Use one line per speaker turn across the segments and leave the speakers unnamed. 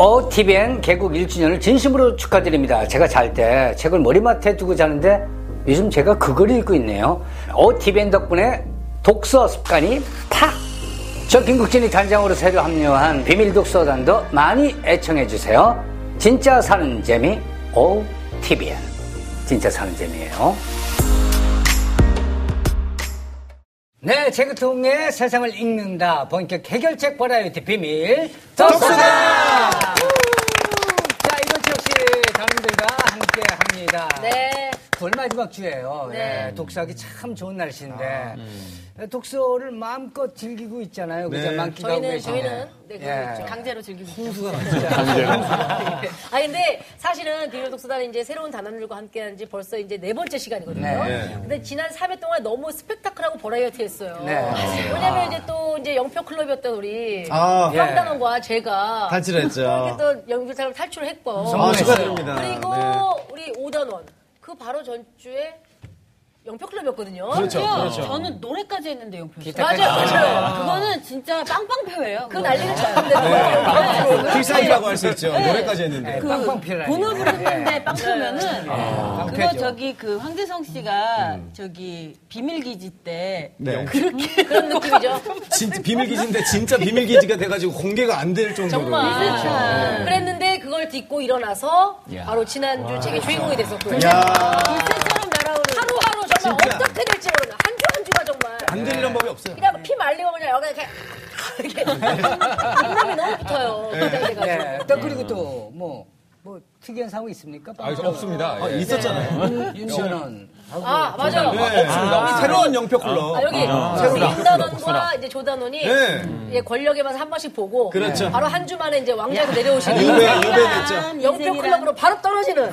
어TVN 개국 1주년을 진심으로 축하드립니다. 제가 잘 때 책을 머리맡에 두고 자는데 요즘 제가 그걸 읽고 있네요. 어TVN 덕분에 독서 습관이 팍! 저 김국진이 단장으로 새로 합류한 비밀 독서단도 많이 애청해주세요. 진짜 사는 재미 어TVN. 진짜 사는 재미예요. 네, 제그통의 세상을 읽는다. 본격 해결책 버라이어티 비밀
네,
독서단! 자, 이번 주 역시 단원들과 함께 합니다.
네.
9월 마지막 주예요.
네.
예, 독서하기 참 좋은 날씨인데
아, 음.
예, 독서를 마음껏 즐기고 있잖아요. 그죠? 만끽하고
저희는
계시네.
저희는 네, 그러고
예.
있죠. 강제로 즐기고 홍수가 아 근데 사실은 비밀 독서단이 이제 새로운 단원들과 함께한 지 벌써 이제 네 번째 시간이거든요. 근데 지난 3회 동안 너무 스펙타클하고 버라이어티했어요.
네. 맞아요.
왜냐면 이제 또 이제 영표 클럽이었던 우리
아.
황단원과 제가 이렇게
탈출했죠.
또 영표처럼 탈출을 했고
아,
성공했어요.
축하드립니다.
그리고
네.
우리 오단원 그 바로 전주에 영표 클럽이었거든요.
그렇죠, 그렇죠.
저는 노래까지 했는데 영표 씨.
기타
맞아요, 맞아요.
그거는 진짜 빵빵표예요. 네.
그 난리를 쳤는데
필살기라고 할 수 있죠. 노래까지 했는데.
그
네. 빵빵 필라니까.
본업을 했는데 빵표면은
아,
그거
깡패죠.
저기 그 황대성 씨가 저기 비밀기지 때
네.
그렇게
음, 그런 느낌이죠.
진짜 비밀기지인데 진짜 비밀기지가 돼가지고 공개가 안 될 정도로. 네.
정말. 그랬는데 그걸 딛고 일어나서 바로 지난주 책의 주인공이 됐었고요.
야,
불새처럼 날아오는
하루하루 정말 어떻게 될지 모르는 한 주 한 주가 정말 네.
안 들리는 법이 없어요.
그냥 피 말리고 그냥 여기 이렇게 이렇게 입냄이 너무 붙어요. 굉장히 돼가지고.
네. 또 그리고 또 뭐 뭐 특이한 상황 있습니까?
아, 저 없습니다.
아,
예.
있었잖아요.
어,
예.
윤선은
아 맞아요.
네, 없습니다. 새로운 영표 어, 클럽.
아, 여기 우리 임단원과 이제 조단원이
네.
이제 권력에 만서한 번씩 보고
그렇죠.
바로 한 주만에 이제 왕자로 내려오시는
유배, 유배됐죠. 네.
사람
영표
인생이란
클럽으로 바로 떨어지는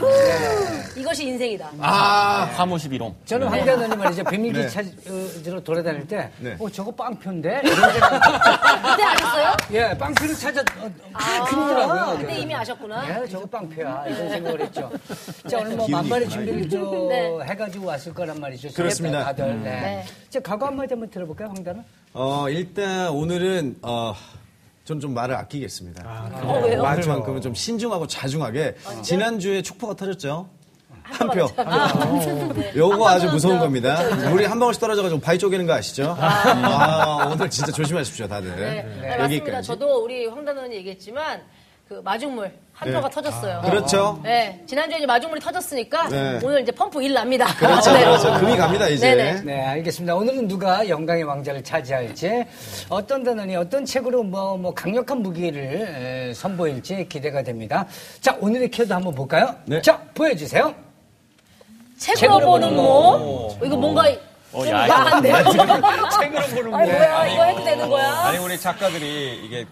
이것이 인생이다.
아,
화모시비롱.
저는 황대현님 말이죠. 비밀기
네.
찾으러 어, 돌아다닐 때,
네.
어, 저거 빵표인데? 이런 생각.
그때 아셨어요?
예, 빵표를 찾아, 어, 아, 그러더라고요.
그때 이미 아셨구나.
예, 저거 빵표야. 이런 생각을 했죠. 자, 오늘 뭐 만반의 준비를 좀
네.
해가지고 왔을 거란 말이죠.
그렇습니다.
다들. 네.
네.
자, 각오 한마디 한번 들어볼까요, 황단은?
어, 일단 오늘은, 어, 저는 좀 말을 아끼겠습니다.
어, 왜요? 아,
말만큼은 좀 신중하고 자중하게. 지난주에 촉포가 터졌죠? 한 표.
한
요거
아. 번
아주 무서운
떨어져.
겁니다. 물이 한 방울씩 떨어져가지고 바위 쪼개는 거 아시죠? 아, 오늘 진짜 조심하십시오, 다들.
네. 네, 맞습니다. 저도 우리 황단원이 얘기했지만 그 마중물 한
네.
표가 터졌어요.
그렇죠.
네, 지난주에 이제 마중물이 터졌으니까
네.
오늘 이제 펌프 일 납니다.
그렇죠,
네.
그렇죠. 금이 갑니다, 이제.
네네.
네, 알겠습니다. 오늘은 누가 영광의 왕자를 차지할지, 어떤 단원이 어떤 책으로 뭐, 뭐 강력한 무기를 에, 선보일지 기대가 됩니다. 자, 오늘의 키워드 한번 볼까요?
네.
자, 보여주세요.
책으로 보는 뭐? 이거 뭔가
어,
어,
좀 야한데요?
책으로 보는
아니 뭐야 이거 해도 되는 거야?
네. 아니 우리 작가들이 이게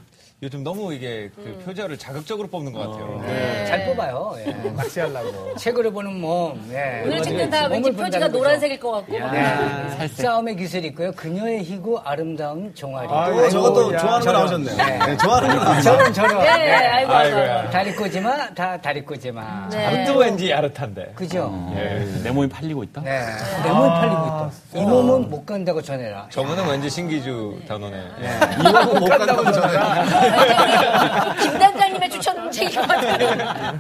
요즘 너무 이게 그
음.
표절을 자극적으로 뽑는 것
어,
같아요.
네.
네.
잘 뽑아요. 예. 낚시하려고. 책으로 보는 몸. 예.
오늘 책는 다
몸을
왠지
본다는
표지가
거죠.
노란색일 것 같고 막
네. 싸움의 기술이 있고요. 그녀의 희고 아름다운 종아리.
또 네, 저것도 좋아하는 거 나오셨네요. 네, 좋아하는 거 나오셨네요.
저런 저런.
예, 예,
네.
아이고, 아이고.
다리 꼬지마 다 다리 꼬지마.
네.
왠지 야릇한데.
그죠?
음.
내 몸이 팔리고 있다?
네.
예.
내 몸 팔리고
아,
있다. 이 몸은 못 간다고 전해라.
정우는 왠지 신기주 단원에.
네.
이거 못 간다고 전에.
김 단장님의 추천책인 것 같아요.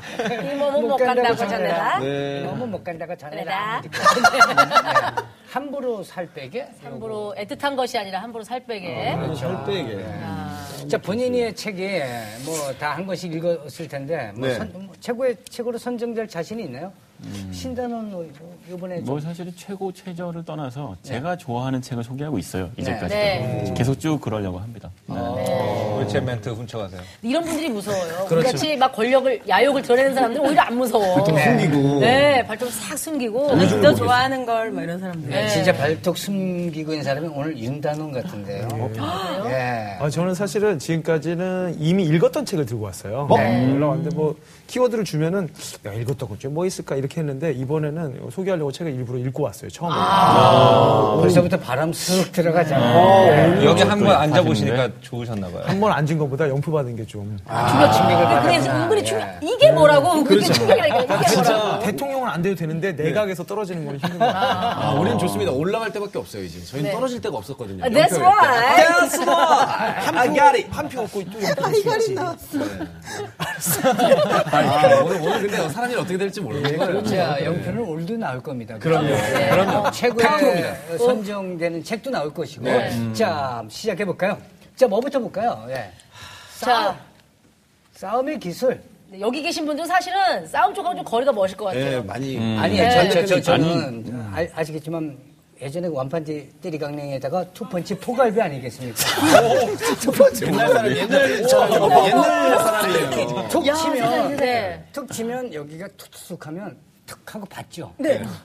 이 몸은 못 간다고 전해라.
네.
너무 못 간다고 전해라.
전해라.
네. 함부로 살 빼게.
함부로 애틋한 것이 아니라 함부로 살 빼게.
어.
절대게.
자 아, 본인의 책이 뭐 다 한 권씩 읽었을 텐데 뭐
네.
선- 뭐 최고의 책으로 선정될 자신이 있나요? 신단원 이번에
뭐 사실은 최고 최저를 떠나서 제가 좋아하는 책을 소개하고 있어요. 이제까지.
네.
계속 쭉 그러려고 합니다. 네.
왜제 멘트 훔쳐가세요?
이런 분들이 무서워요. 우리 같이 막 권력을 야욕을 드러내는 사람들은 오히려 안 무서워.
네.
숨기고.
네, 발톱 싹 숨기고.
저는 진짜 좋아하는 걸 뭐 이런 사람들.
네. 진짜 발톱 숨기고 있는 사람이 오늘 윤단원 같은데요.
어,
예.
아, 저는 사실은 지금까지는 이미 읽었던 책을 들고 왔어요. 올라왔는데 뭐 키워드를 주면은 야 읽었다고 좀뭐 있을까 이렇게 했는데 이번에는 소개하려고 책을 일부러 읽고 왔어요 처음에.
아.
아.
벌써부터 바람 쓱 들어가잖아요.
네.
네.
여기 한 번
또
앉아보시니까 좋으셨나봐요.
한 번 앉은 것보다 영표 받은 게 좀. 아, 네,
충격 증명을
그래서
아. 받았구나. 예.
은근히 충격, 이게 뭐라고? 그게 충격이라니까. 이게 뭐라고?
그렇죠. 아,
네.
대통령은 안 돼도 되는데 내각에서 떨어지는 건 힘든 것 같아요.
아, 우리는 좋습니다. 올라갈 때밖에 없어요, 이제. 저희는 떨어질 데가
아,
없었거든요.
네. 아, That's right.
That's right. I got it.
한표 얻고 또 영표 받을 수 있지.
아, 오늘, 오늘 근데 사람 일 어떻게 될지 모르는
그렇죠.
거예요.
아, 네.
자, 그렇죠. 영표는 올드 나올 겁니다. 그럼요. 최고의 어, 선정되는 책도 나올 것이고. 자, 시작해 볼까요? 자, 뭐부터 볼까요? 예.
자,
싸움의 기술.
네, 여기 계신 분들 사실은 싸움 쪽하고 좀 거리가 멀실 것 같아요.
많이
음.
예,
아니요,
네.
저, 저, 저, 저는 아, 아시겠지만 예전에 그 완판지 띠리강냉에다가 투펀치 포갈비 아니겠습니까?
옛날 사람 옛날
뭐
저 옛날 사람이에요.
툭 치면,
네.
툭 치면 여기가 툭툭 하면 툭 하고 받죠.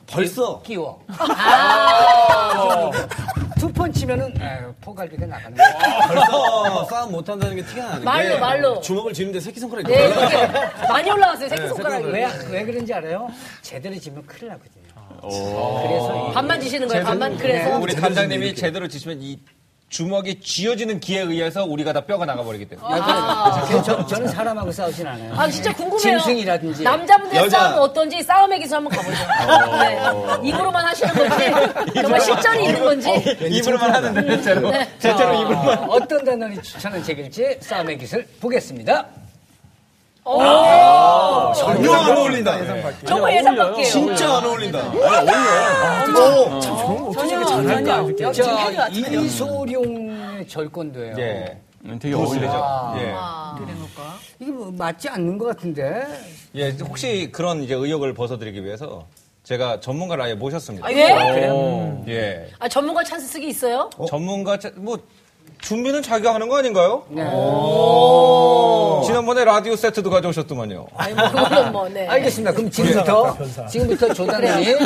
벌써
끼워. 아,
아.
그 투펀 치면은 에, 포갈비가 나가는 거예요.
아.
벌써 싸움 못 한다는 게 티가 나는
말로,
게
말로.
주먹을 쥐는데 새끼 손가락이
네, 이게 많이 올라왔어요. 새끼손가락이.
왜, 왜 그런지 알아요? 제대로 지면 큰일 나거든요. 그래서
반만 지시는 거예요. 반만 그래서.
우리 단장님이 제대로 지시면 이 주먹이 쥐어지는 기에 의해서 우리가 다 뼈가 나가버리기 때문에.
저, 저, 저는 사람하고 싸우진 않아요.
아 진짜 궁금해요.
짐승이라든지.
남자분들
여자.
싸움 어떤지 싸움의 기술 한번 가보죠. 네. 입으로만 하시는 건지 정말 실전이 있는 건지.
입으로만
음.
하는데 제대로
네.
제대로 입으로.
아, 어떤 단어를 추천한 책일지 싸움의 기술 보겠습니다.
아, 전혀 안 어울린다.
정말 네. 예상 밖이에요. 네. 아,
진짜 안 어울린다. 아, 뭐.
전혀 전혀 전혀
자, 이소룡의 절권도예요.
예.
음, 되게 어울리죠.
아.
예.
이게 뭐 맞지 않는 것 같은데.
예. 혹시 그런 이제 의욕을 벗어드리기 위해서 제가 전문가를 아예 모셨습니다.
아, 예?
그래요? 예.
아 전문가 찬스 쓰기 있어요?
전문가 차- 뭐 준비는 자기가 하는 거 아닌가요? 지난번에 라디오 세트도 가져오셨더만요.
아니 뭐 그거는 뭐 네.
알겠습니다. 그럼 지금부터 지금부터 조단님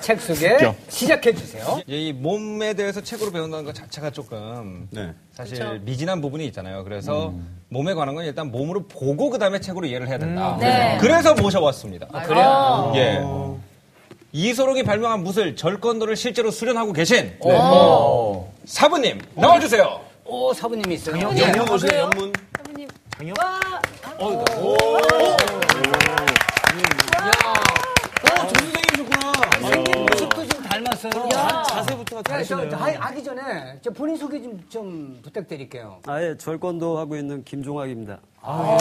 책 소개 시작해 주세요.
예, 이 몸에 대해서 책으로 배운다는 것 자체가 조금
네. 음.
사실 미진한 부분이 있잖아요. 그래서 몸에 관한 건 일단 몸으로 보고 그다음에 책으로 이해를 해야 된다.
네. 아,
그래서 모셔왔습니다.
아,
그래요.
예. 이소록이 발명한 무술 절건도를 실제로 수련하고 계신 어, 사부님 나와주세요.
네. 오 사부님이 있어요.
아,
영문 오세요. 영문.
모습도 좀 닮았어요.
자세부터가
네, 저,
다르시네요.
저 하, 하기 전에 저 본인 소개 좀, 좀 부탁드릴게요.
아예 절권도 하고 있는 김종학입니다.
아,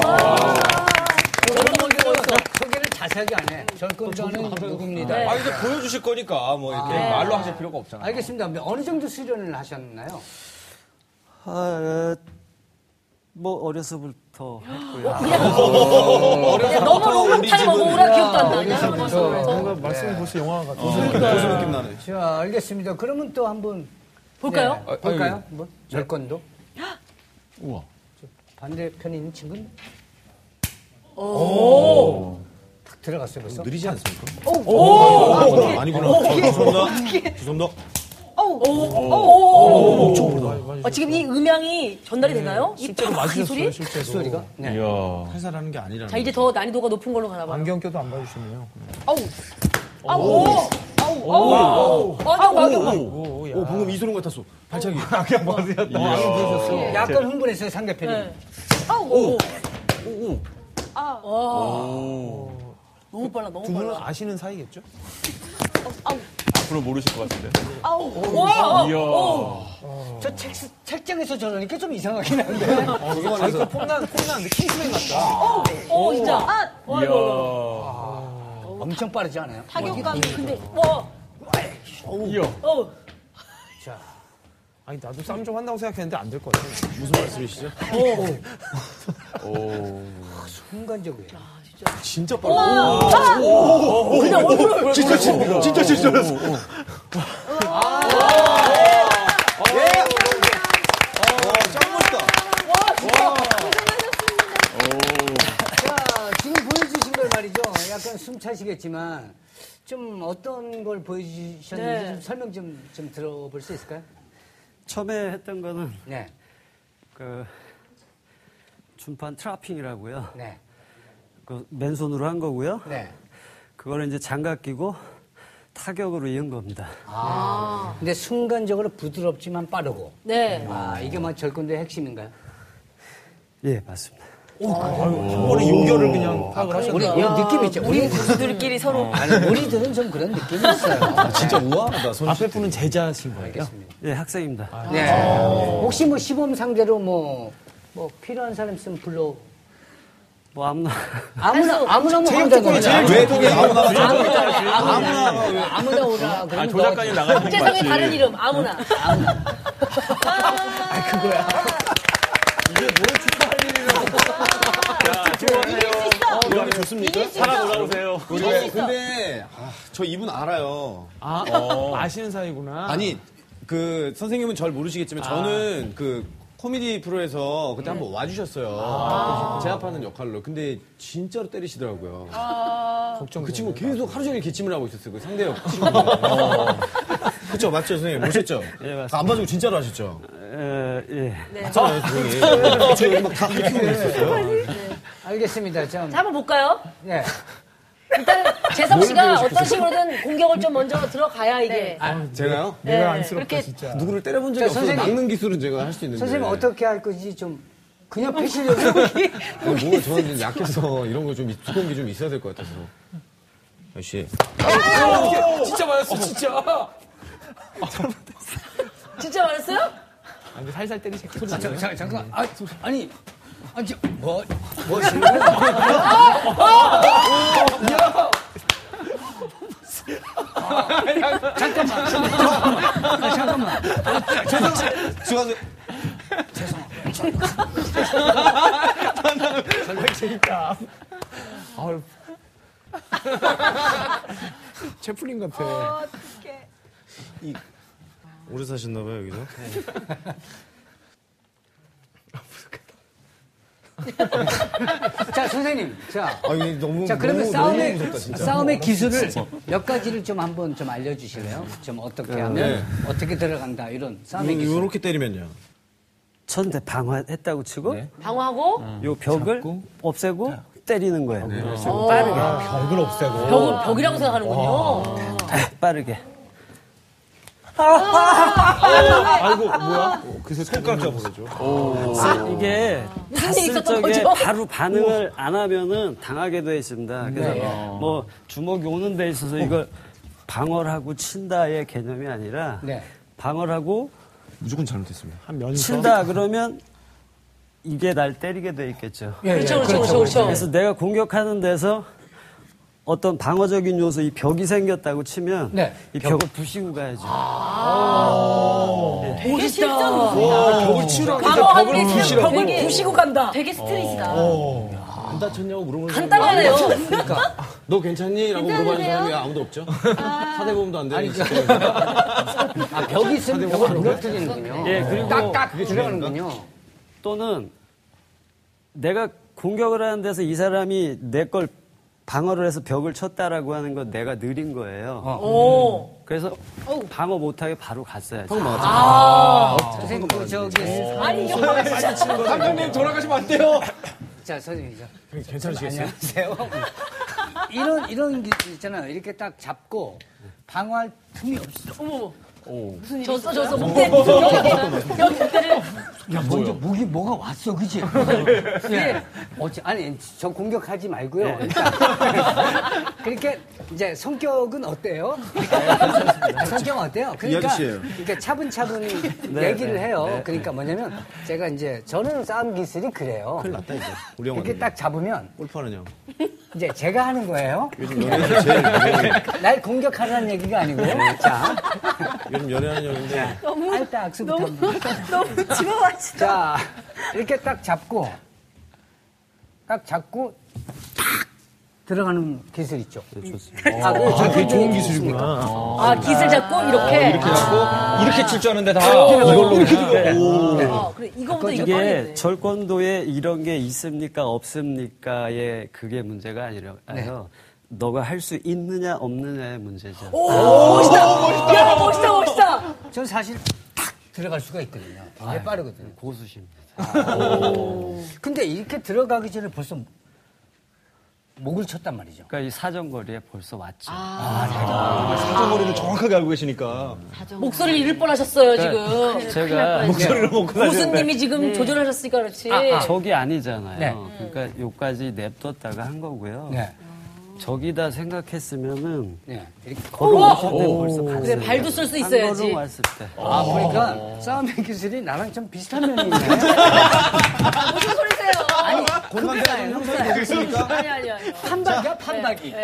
예.
소개를, 소개를 자세하게 안 해. 절권자는 누구입니다.
네.
아 이제 보여주실 거니까 뭐 이렇게 말로 하실 필요가 없잖아요.
알겠습니다. 어느 정도 수련을 하셨나요?
아, 에, 뭐 어려서부터 했고요.
그냥 어. 네, 너무 로봇타임 먹어오라 기억도 안 나냐? 그러면서 네.
뭔가 말씀이 벌써 영화 같아요.
어.
무슨 느낌 나네.
어, 자, 알겠습니다. 그러면 또 한번
볼까요?
아,
네, 볼까요? 뭐? 절권도
우와.
반대편에 있는 친구. 오. 탁 들어갔어요 벌써.
느리지 않습니까? 오! 오! 아니구나. 죄송합니다. 죄송합니다.
아,
어, 지금 이 음향이 전달이 되나요? 이
실제로
팍
맞으셨어요,
그 소리?
실제로.
소리가. 네.
이야.
회사라는 게 아니라는.
자 이제 더 난이도가 높은 걸로 가나 봐요.
안경 껴도 안 봐주시네요.
아,
아니 아니
오, 방금 이소룡 같았어. 발차기. 아,
예.
약간 흥분했어요 상대편이.
네.
네.
아, 아.
너무 빨라 너무
두 분은
빨라.
아시는 사이겠죠?
앞으로 모르실 것 같은데.
저 책, 책장에서 저러니까 좀 이상하긴 한데.
아, 자기가 폼난, 폼나는데 킹스맨 같다.
어 진짜.
엄청 빠르지 않아요?
타격감이 근데
와.
아니, 나도 싸움 좀 한다고 생각했는데 안 될 것 같아요. 어,
무슨 말씀이시죠?
순간적으로.
진짜 빠르다. 진짜 진- 진짜 진짜였어.
자, 지금 보여주신 걸 말이죠. 약간 숨 차시겠지만, 좀 어떤 걸 보여주셨는지
네.
좀 설명 좀, 좀 들어볼 수 있을까요?
처음에 했던 거는
네.
그 춤판 트라핑이라고요.
네.
그 맨손으로 한 거고요.
네.
그거를 이제 장갑 끼고 타격으로 이은 겁니다.
근데 순간적으로 부드럽지만 빠르고.
네.
아, 이게 뭐 절권도의 핵심인가요?
예, 맞습니다.
이번에 요결을 어, 그냥
아,
파악을 하셨
아, 우리,
아,
이 느낌 있죠? 우리,
가수들끼리 서로
아니, 우리들은 좀 그런 느낌이 있어요.
진짜 우아하다. 손
앞에 분은 제자신 거예요.
예, 학생입니다.
네. 혹시 뭐 시범 상대로 뭐, 뭐 필요한 사람 있으면 불러
뭐 아무나
아무나 아무나 뭐
체육특권이 제일
한다잖아요.
좋은 게 아무나
아무나 아무나 오라.
아,
그러면
조작가님
너
나가시는 거
국제성의
맞지?
다른 이름 아무나.
이런 게 어, 좋습니까?
살아 올라오세요.
근데, 근데 아, 저 이분 알아요. 어.
아, 아시는 사이구나. 아.
아니 그 선생님은 절 모르시겠지만 저는 그 코미디 프로에서 그때
네.
한번 와주셨어요.
아.
제압하는 역할로. 근데 진짜로 때리시더라고요.
아. 걱정.
그 친구 계속 하루 종일 기침을 하고 있었어요. 그 상대 역 친구. 어. 그쵸 맞죠 선생님 모셨죠?
네,
아, 안 봐주고 진짜로 하셨죠?
에, 예.
네.
맞잖아요 선생님. 저 여기 막다
네.
가르치고 있었어요.
네. 알겠습니다. 좀
자, 한번 볼까요?
예.
일단은 재석 씨가 어떤 식으로든 공격을 좀 먼저 들어가야 이게.
제가요?
아, 내가 안쓰럽다 진짜. 그러니까
누구를 때려본 적이 없어서
선생님.
막는 기술은 제가 할 수 있는데.
선생님 어떻게 할 건지 좀 그냥 패시려고
아니, 네, 뭐가 저는 좀 약해서 이런 거 좀 두꺼운 게 좀 있어야 될 것 같아서. 아저씨.
뭐.
아,
진짜 맞았어, 진짜.
진짜 말했어요?
아, 근데 살살 때리실 거
아, 잠깐, 잠깐. 아, 아니, 아니, 저, 뭐, 뭐, 아.
수고하세요.
아유. 채플린 같아.
어,
오래 사셨나봐요, 여기서?
자, 선생님. 자.
아, 이게 너무.
자, 그러면
너무,
싸움의,
너무 무섭다, 진짜. 어.
싸움의 기술을 몇 가지를 좀 한번 좀 알려주실래요? 좀 어떻게 하면,
네.
어떻게 들어간다, 이런 싸움의 기술.
아, 이렇게 때리면요. 네.
천대 방화했다고 치고
방어하고
요 벽을 없애고 때리는 거예요.
네.
어.
아,
얼굴 없애고.
벽, 벽이라고 생각하는군요.
빠르게. 아.
어, 손가락 잡으죠.
이게
무슨 일이
봤을
있었던
적에
거죠?
바로 반응을 안 하면은 당하게 돼 있습니다. 그래서 뭐 주먹이 오는 데 있어서 이걸 방어를 하고 친다의 개념이 아니라
네.
방어를 하고
무조건 잘못했습니다.
한 면서.
친다 그러면 이게 날 때리게 돼 있겠죠.
예,
그렇죠, 그렇죠, 그렇죠, 그렇죠.
그래서 내가 공격하는 데서 어떤 방어적인 요소, 이 벽이 생겼다고 치면
네. 아,
이 벽을 부시고 가야죠.
아, 되게 실전이다. 방어하는 게 아. 벽을 부시고 간다. 되게
네.
스트레스다.
어. 안 다쳤냐고 물어보는 사람이 그러니까
간단하네요.
너 괜찮니? 라고 물어보는 사람이 아무도 없죠. 사대보험도 안 되는 진짜.
아, 벽이 있으면 벽을 무너뜨리는군요.
예, 그리고
딱딱 들어가는군요.
또는 내가 공격을 하는 데서 이 사람이 내 걸 방어를 해서 벽을 쳤다라고 하는 건 내가 느린 거예요.
어.
오.
음.
그래서 방어 못하게 바로 갔어야죠.
아.
선생님, 그, 저기,
어.
아니, 이게 뭐야, 진짜.
감독님 돌아가시면 안 돼요.
자, 선생님. 저.
네, 괜찮으시겠어요?
안녕하세요. 이런, 이런 게 있잖아요. 이렇게 딱 잡고, 방어할 틈이 없어.
어머. 무슨 일이 졌어, 졌어.
뭐,
목대. 여기, 여기 목대를.
뭐,
야, 먼저 무기 뭐가 왔어, 그지?
아, 네.
예. 어째, 아니, 저 공격하지
네.
말고요. 일단. 그렇게, 이제 성격은 어때요? 네, 성격 어때요? 그러니까,
네, 아저씨예요. 네,
이렇게 차분차분 얘기를 해요. 그러니까 뭐냐면, 제가 이제, 저는 싸움 기술이 그래요.
큰일 났다, 이제. 우리 형은.
이렇게 딱 잡으면,
골프하는 형.
이제 제가 하는 거예요.
요즘 네, 연애에서 제일 무서운,
날 공격하라는 얘기가 아니고, 자,
요즘 연애하는 형인데.
알다 악수부터 한번.
너무 지나가지.
자, 이렇게 딱 잡고, 딱 잡고, 탁! 들어가는 기술 있죠. 좋습니다. 아,
되게 좋은 기술이구나.
네, 아, 기슬 잡고, 이렇게.
아.
그래갖고 이렇게 칠 줄 아는데 다 이걸로
어, 그래. 이거보다 이거
이게
뻔했네.
절권도에 이런 게 있습니까 없습니까의 그게 문제가 아니라
네.
아니요. 너가 할 수 있느냐 없느냐의 문제죠. 아.
오, 멋있다. 야, 멋있다, 멋있다. 네.
전 사실 탁! 들어갈 수가 있거든요.
아,
되게 빠르거든요.
아, 고수심.
예. 근데 이렇게 들어가기 전에 벌써 목을 쳤단 말이죠.
그러니까 이 사정거리에 벌써
아,
왔죠. 아, 네.
사정거리를 정확하게 알고 계시니까.
목소리를 잃을 뻔하셨어요, 지금.
그러니까 제가 네.
목소리를 먹고
고수님이 지금 조절하셨으니까 그렇지.
적이 아니잖아요.
네.
그러니까 요까지 냅뒀다가 한 거고요.
네.
적이다 생각했으면은
네. 이렇게.
걸어오셨대 벌써 갔어요.
그래, 발도 쓸 수
한
있어야지.
걸음 왔을 때.
아, 보니까 싸움의 기술이 나랑 좀 비슷한 면이 있네.
무슨 소리세요?
아,
공감대는 형성이 되고 있으니까.
아니 아니 아니.
판박이야 판박이.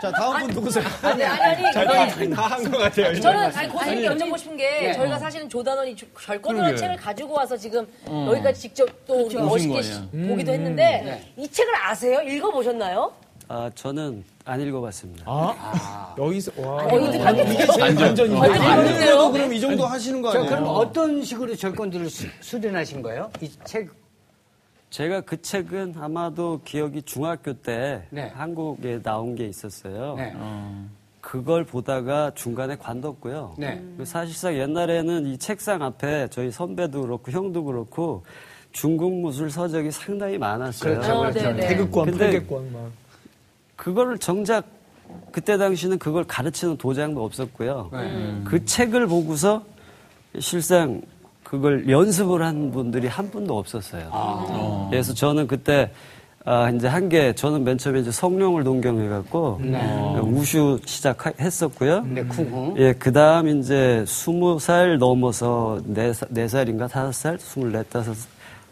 자, 다음 분 누구세요?
네. 아니 아니 아니. 근데
다한 것 같아요.
저는 아니 고수님께 여쭤보고 싶은 게
예. 네. 어.
저희가 사실은 조단원이 주- 절권으로 책을 가지고 와서 지금 여기까지 직접 또 멋있게 시- 보기도 했는데 이 책을 아세요? 읽어보셨나요?
아, 저는 안 읽어봤습니다.
아,
여기서
아,
어,
와.
어이득하게
완전
안 읽어요.
그럼 이 정도 하시는 거
저
아니에요?
그럼 어떤 식으로 절권들을 수, 수련하신 거예요? 이 책
제가 그 책은 아마도 기억이 중학교 때
네.
한국에 나온 게 있었어요.
네.
그걸 보다가 중간에 관뒀고요.
네.
그리고 음. 사실상 옛날에는 이 책상 앞에 저희 선배도 그렇고 형도 그렇고 중국 무술 서적이 상당히 많았어요.
어, 네, 네.
그렇죠, 태극권,
근데-
팔극권 막.
그거를 정작 그때 당시는 그걸 가르치는 도장도 없었고요. 그 책을 보고서 실상 그걸 연습을 한 분들이 한 분도 없었어요. 그래서 저는 그때 아, 이제 한 게 저는 맨 처음에 이제 성룡을 동경해갖고 그 우슈 시작했었고요.
네, 쿵.
예, 그 다음 이제 스무 살 넘어서 네, 사- 네 살인가 다섯 살, 스물네 다섯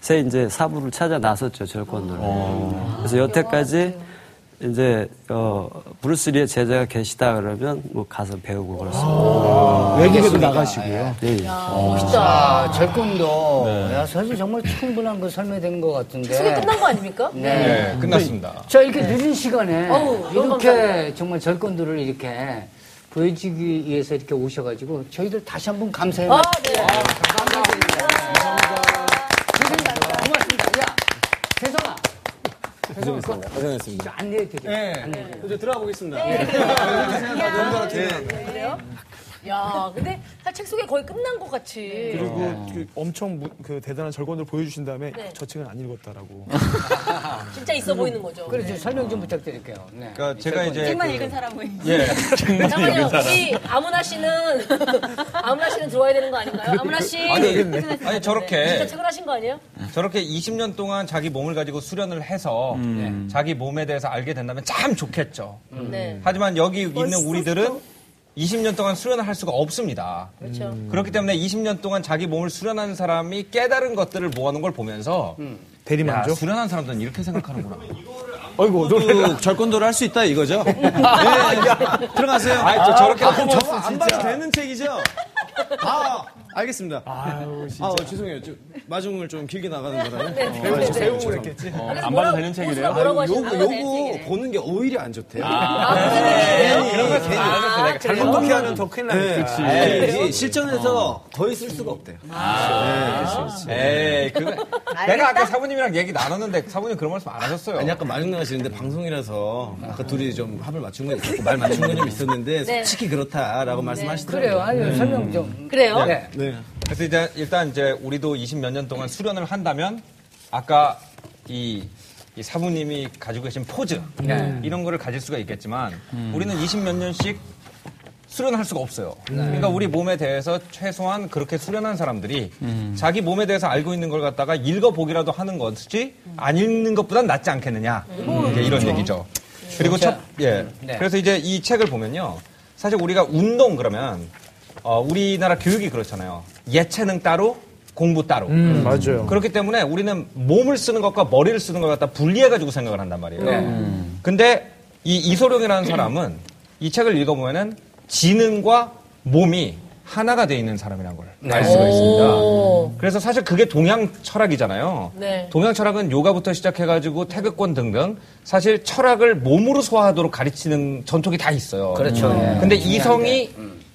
세 이제 사부를 찾아 나섰죠 절권으로. 그래서 여태까지 이제 어 브루스리의 제자가 계시다 그러면 뭐 가서 배우고 그렇습니다.
외국에도 아.
아,
나가시고요.
예, 예.
아, 네. 절권도 야, 사실 정말 충분한 그 설명된 것 같은데.
소개 끝난 거 아닙니까?
네, 끝났습니다.
저 이렇게 늦은 시간에
어우, 너무
이렇게
감사합니다.
정말 절권들을 이렇게 보여주기 위해서 이렇게 오셔가지고 저희들 다시 한번 감사해요.
아, 네.
고맙습니다. 야, 세성아. 세성아, 그거
고생했습니다. 예.
진짜 안내해드려.
이제 들어가 보겠습니다.
네.
네.
예. 네.
그래요? 야, 근데 사실 책 소개 거의 끝난 것 같이.
그리고 그 엄청 무- 그 대단한 절권을 보여주신 다음에
네.
저 책은 안 읽었다라고.
진짜 있어 네. 보이는 거죠.
그래, 좀 설명 좀 부탁드릴게요. 네.
그러니까 제가 이제
책만
그-
읽은 사람은
예,
잠깐만요. 혹시 아무나 씨는 아무나 씨는 들어와야 되는 거 아닌가요? 아무나 씨. 네.
아니, 아니
진짜
저렇게
책을 하신 거 아니에요?
저렇게 20년 동안 자기 몸을 가지고 수련을 해서
음.
예, 자기 몸에 대해서 알게 된다면 참 좋겠죠.
음.
음.
네.
하지만 여기 있는 우리들은 20년 동안 수련을 할 수가 없습니다.
그렇죠.
음.
그렇기 때문에 20년 동안 자기 몸을 수련한 사람이 깨달은 것들을 모아놓은 걸 보면서 야,
대리만족.
수련한 사람들은 이렇게 생각하는구나.
어이구, 노래.
그 절권도를 할 수 있다 이거죠? 네, 들어가세요. 아, 저, 저렇게 아, 그럼 저거 안 봐도 되는 책이죠? 아, 알겠습니다. 아 죄송해요. 저, 마중을 좀 길게 나가는 거라요. 어,
배움을 했겠지.
어,
그래서
안
뭐라-
봐도 되는
고수가
책이래요.
뭐라고 하시는
요거,
거예요? 네,
요거 보는 게 오히려 안 좋대요. 네.
그런 거 괜히
잘못하게 하면 더 큰일 나니까.
네, 이게 실전에서 어, 더 있을 수가 없대요.
아.
네, 아, 그렇죠.
그렇죠. 에이, 그거. 내가 아까 사부님이랑 얘기 나눴는데 사부님 그런 말씀 안 하셨어요.
아니, 약간 마중 나가시는데 방송이라서 아까 둘이 좀 합을 맞춘 거 있고 말 맞춘 거 좀 있었는데
네.
솔직히 그렇다라고 말씀하시더라고요.
그래요. 아니, 설명 좀.
그래요?
네.
네.
그래서 이제 일단 이제 우리도 20 몇 년 동안 수련을 한다면 아까 이, 이 사부님이 가지고 계신 포즈 이런 거를 가질 수가 있겠지만 우리는 20 몇 년씩 수련할 수가 없어요. 그러니까 우리 몸에 대해서 최소한 그렇게 수련한 사람들이
음.
자기 몸에 대해서 알고 있는 걸 갖다가 읽어보기라도 하는 것이지 안 읽는 것보단 낫지 않겠느냐 이제 이런 얘기죠. 음. 그렇죠. 그리고 첫, 예.
네.
그래서 이제 이 책을 보면요. 사실 우리가 운동 그러면 어, 우리나라 교육이 그렇잖아요. 예체능 따로 공부 따로.
음, 맞아요.
그렇기 때문에 우리는 몸을 쓰는 것과 머리를 쓰는 것 갖다 분리해가지고 생각을 한단 말이에요.
음.
근데 이 이소룡이라는 사람은 이 책을 읽어보면은 지능과 몸이 하나가 돼 있는 사람이라는 걸 알 수가 있습니다. 그래서 사실 그게 동양 철학이잖아요.
네.
동양 철학은 요가부터 시작해가지고 태극권 등등 사실 철학을 몸으로 소화하도록 가르치는 전통이 다 있어요. 음.
그렇죠.
음.
예.
음.
근데 이성이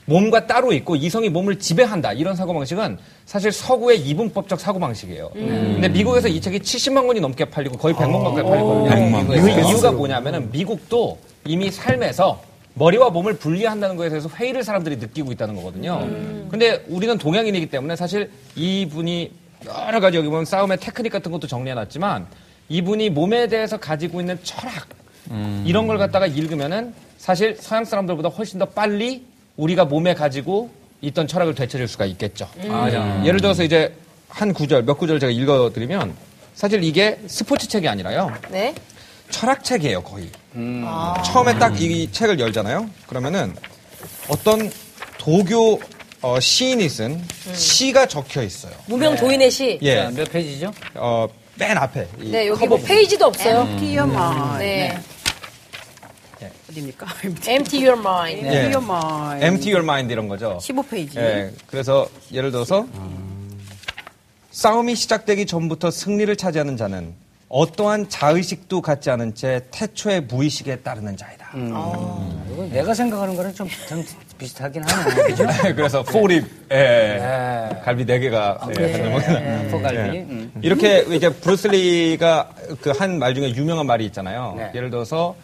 몸과 따로 있고 이성이 몸을 지배한다 이런 사고방식은 사실 서구의 이분법적 사고방식이에요. 근데 미국에서 이 책이 70만 권이 넘게 팔리고 거의 100만 아, 권 가까이 팔리거든요. 그 이유가 뭐냐면은 미국도 이미 삶에서 머리와 몸을 분리한다는 것에 대해서 회의를 사람들이 느끼고 있다는 거거든요. 근데 우리는 동양인이기 때문에 사실 이분이 여러 가지 여기 보면 싸움의 테크닉 같은 것도 정리해놨지만 이분이 몸에 대해서 가지고 있는 철학
음.
이런 걸 갖다가 읽으면은 사실 서양 사람들보다 훨씬 더 빨리 우리가 몸에 가지고 있던 철학을 되찾을 수가 있겠죠.
음. 아,
음. 예를 들어서 이제 한 구절, 몇 구절 제가 읽어드리면 사실 이게 스포츠 책이 아니라요.
네.
철학책이에요, 거의.
아.
처음에 딱 이 책을 열잖아요. 그러면은 어떤 도교 어,
음.
시인이 쓴 시가 적혀 있어요.
무명 도인의 시.
예.
자, 몇 페이지죠?
어,
맨 앞에. 이
네, 여기 뭐 페이지도 없어요.
Empty your mind.
네.
어딥니까?
Empty your mind.
Empty your mind.
예. Empty your mind 이런 거죠.
15페이지.
예, 그래서 예를 들어서 싸움이 시작되기 전부터 승리를 차지하는 자는 어떠한 자의식도 갖지 않은 채 태초의 무의식에 따르는 자이다.
이건 내가 생각하는 거랑 좀, 좀 비슷하긴 하네. 그죠?
그래서 포립, 예,
네.
갈비 네개가 예,
포갈비.
이렇게 이제 브루슬리가 그 한 말 중에 유명한 말이 있잖아요.
네.
예를 들어서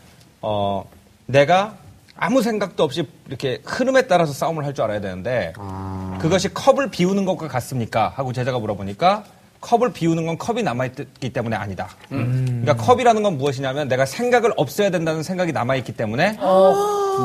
어 내가 아무 생각도 없이 이렇게 흐름에 따라서 싸움을 할 줄 알아야 되는데 그것이 컵을 비우는 것과 같습니까? 하고 제자가 물어보니까 컵을 비우는 건 컵이 남아있기 때문에 아니다.
음.
음.
그러니까 컵이라는 건 무엇이냐면 내가 생각을 없애야 된다는 생각이 남아있기 때문에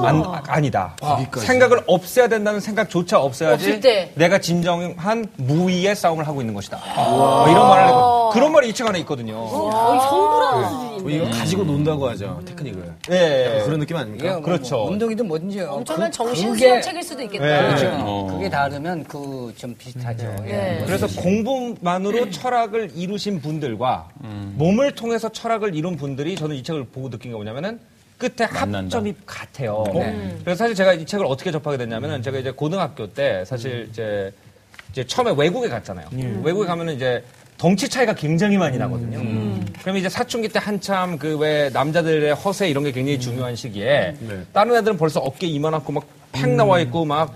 안- 아, 니다 생각을 없애야 된다는 생각조차 없애야지
없을 때.
내가 진정한 무의의 싸움을 하고 있는 것이다.
아.
뭐 이런 말을 하고 그런 말이 이 책
어.
안에
어,
있거든요.
거의 성불하는 수준인데.
뭐
네.
이거 가지고 논다고 하죠. 테크닉을.
예, 예.
네. 그런 느낌 아닙니까?
이게 뭐
그렇죠.
뭐 운동이든 뭐든지 요
엄청난
그게,
정신수련 책일 수도 있겠다.
어. 그게 다르면 그 좀 비슷하죠.
네.
예.
그래서 공부만으로 철학을 이루신 분들과
음.
몸을 통해서 철학을 이룬 분들이 저는 이 책을 보고 느낀 게 뭐냐면은 끝에
만난다.
합점이 같아요.
음.
네.
네. 그래서 사실 제가 이 책을 어떻게 접하게 됐냐면은 제가 이제 고등학교 때 사실 이제 이제 처음에 외국에 갔잖아요. 외국에 가면은 이제 덩치 차이가 굉장히 많이 나거든요.
음.
음. 그럼 이제 사춘기 때 한참 그 왜 남자들의 허세 이런 게 굉장히 중요한 시기에 다른 애들은 벌써 어깨 이만하고 막 팩 나와 있고 막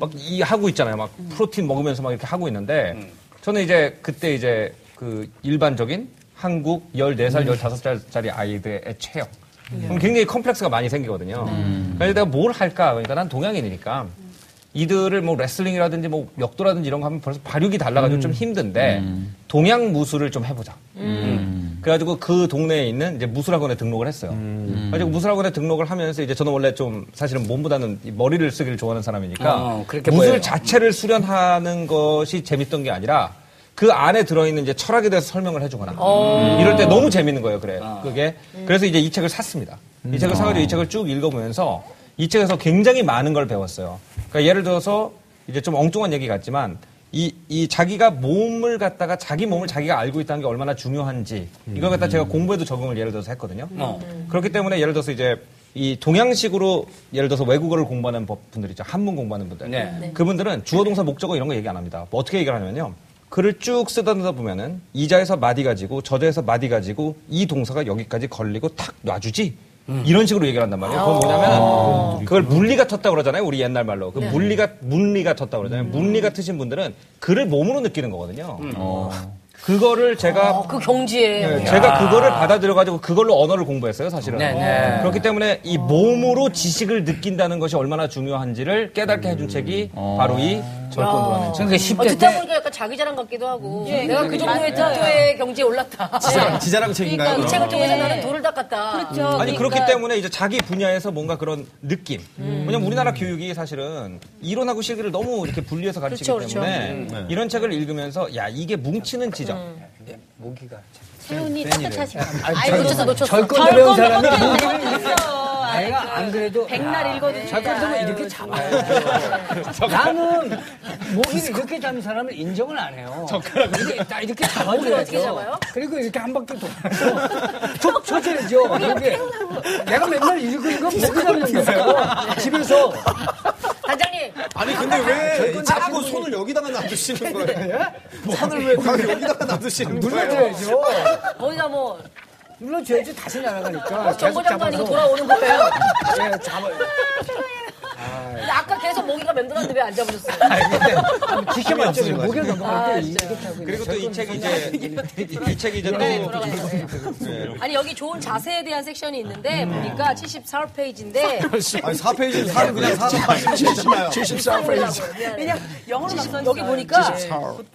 막 이 하고 있잖아요. 막 프로틴 먹으면서 막 이렇게 하고 있는데 저는 이제 그때 이제 그 일반적인 한국 14살, 15살짜리 아이들의 체형.
음.
그럼 굉장히 컴플렉스가 많이 생기거든요.
네.
그래서 내가 뭘 할까? 그러니까 난 동양인이니까 이들을 뭐 레슬링이라든지 뭐 역도라든지 이런 거 하면 벌써 발육이 달라가지고
음.
좀 힘든데 동양 무술을 좀 해보자. 그래가지고 그 동네에 있는 이제 무술학원에 등록을 했어요. 그래가지고 무술학원에 등록을 하면서 이제 저는 원래 좀 사실은 몸보다는 이 머리를 쓰기를 좋아하는 사람이니까
어, 그렇게
무술
보여요.
자체를 수련하는 것이 재밌던 게 아니라 그 안에 들어있는 이제 철학에 대해서 설명을 해주거나
어.
이럴 때 그러니까 너무 재밌는 거예요. 그래
아.
그게
네.
그래서 이제 이 책을 샀습니다.
음.
이 책을 사가지고 이 책을 쭉 읽어보면서 이 책에서 굉장히 많은 걸 배웠어요. 그러니까 예를 들어서 이제 좀 엉뚱한 얘기 같지만 이, 이 자기가 몸을 갖다가 자기 몸을 자기가 알고 있다는 게 얼마나 중요한지 이걸 갖다
음.
제가 공부에도 적용을 예를 들어서 했거든요. 그렇기 때문에 예를 들어서 이제 이 동양식으로 예를 들어서 외국어를 공부하는 법- 분들 있죠. 한문 공부하는 분들.
네.
그분들은 주어 동사 목적어 이런 거 얘기 안 합니다. 뭐 어떻게 얘기를 하냐면요. 글을 쭉 쓰다 보면은 이자에서 마디 가지고 저자에서 마디 가지고 이 동사가 여기까지 걸리고 탁 놔주지. 이런 식으로 얘기를 한단 말이에요. 그건 뭐냐면 그걸 물리가 텄다 그러잖아요. 우리 옛날 말로. 그 물리가 물리가 텄다 그러잖아요. 물리가 트신 분들은 글을 몸으로 느끼는 거거든요. 그거를 제가
그 경지에.
네, 제가 그거를 받아들여가지고 그걸로 언어를 공부했어요, 사실은.
네, 네.
그렇기 때문에 이 몸으로 지식을 느낀다는 것이 얼마나 중요한지를 깨닫게 해준 책이
음. 어.
바로 이 절권도라는 책.
그러니까
어,
10대
듣다
때
보니까 약간 자기 자랑 같기도 하고 내가 그 정도의 특도의 경지에 올랐다.
지자랑, 지자랑 책인가요?
그러니까
음.
이 책을 통해서
예.
나는 돌을 닦았다. 그렇죠.
아니 그렇기 때문에 이제 자기 분야에서 뭔가 그런 느낌.
음.
왜냐면 우리나라 교육이 사실은 이론하고 실기를 너무 이렇게 분리해서 가르치기
그렇죠, 그렇죠.
때문에
네.
이런 책을 읽으면서 야 이게 뭉치는 지점.
음.
예,
모기가
세훈이 따뜻하시고.
아이 놓쳤어 놓쳤어.
절권도 배운 사람이
있어.
내가 안 그래도
백날 읽어도
절권도면 뭐 이렇게 잡아요. 나는 모기를 이렇게 잡는 사람을 인정을 안 해요. 이게 딱 이렇게 잡아줘야죠.
어떻게 잡아요?
그리고 이렇게 한 바퀴 돌아서 쳐쳐야죠. 이게 내가 맨날 읽고 이거 모기 잡는 거예요. 집에서
단장님
아니, 근데
그,
왜 네, 자꾸 손을 여기다가 놔두시는 거예요? 손을 왜 자꾸 여기다가 놔두시는 거예요?
눌러줘야죠.
거기가 뭐
눌러줘야지 다시 날아가니까. 계속
정거장도 아니고
잡아서.
돌아오는 거예요.
예, 잡아요.
근데 아까 계속 모기가 맴돌았는데 왜 안 잡으셨어요?
지켜봤죠. 목에 넘어갈 때 이렇게 타고 네.
그리고 또 이 책이 이제 이 책이 이제 또 네.
아니 여기 좋은 자세에 대한 섹션이 있는데 보니까 74페이지인데
아니, 4페이지는 사람 그냥 사람 74페이지.
그냥 영어로 막
여기 보니까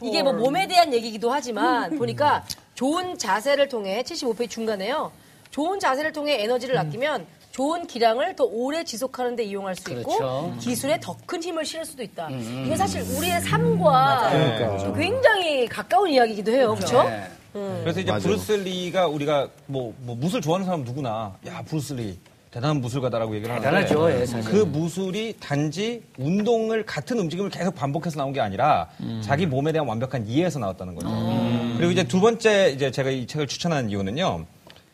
이게 뭐 몸에 대한 얘기기도 하지만 보니까 좋은 자세를 통해 75페이지 중간에요. 좋은 자세를 통해 에너지를 아끼면 좋은 기량을 더 오래 지속하는 데 이용할 수 있고 기술에 더 큰 힘을 실을 수도 있다. 이건 사실 우리의 삶과 좀 굉장히 가까운 이야기이기도 해요. 음. 그렇죠?
네.
그래서 이제 브루슬리가 우리가 뭐, 뭐 무술 좋아하는 사람 누구나 야 브루슬리 대단한 무술가다라고 얘기를 하는데
대단하죠, 예, 사실은.
그 무술이 단지
음.
운동을 같은 움직임을 계속 반복해서 나온 게 아니라 자기 몸에 대한 완벽한 이해에서 나왔다는 거죠. 그리고 이제 두 번째 이제 제가 이 책을 추천한 이유는요.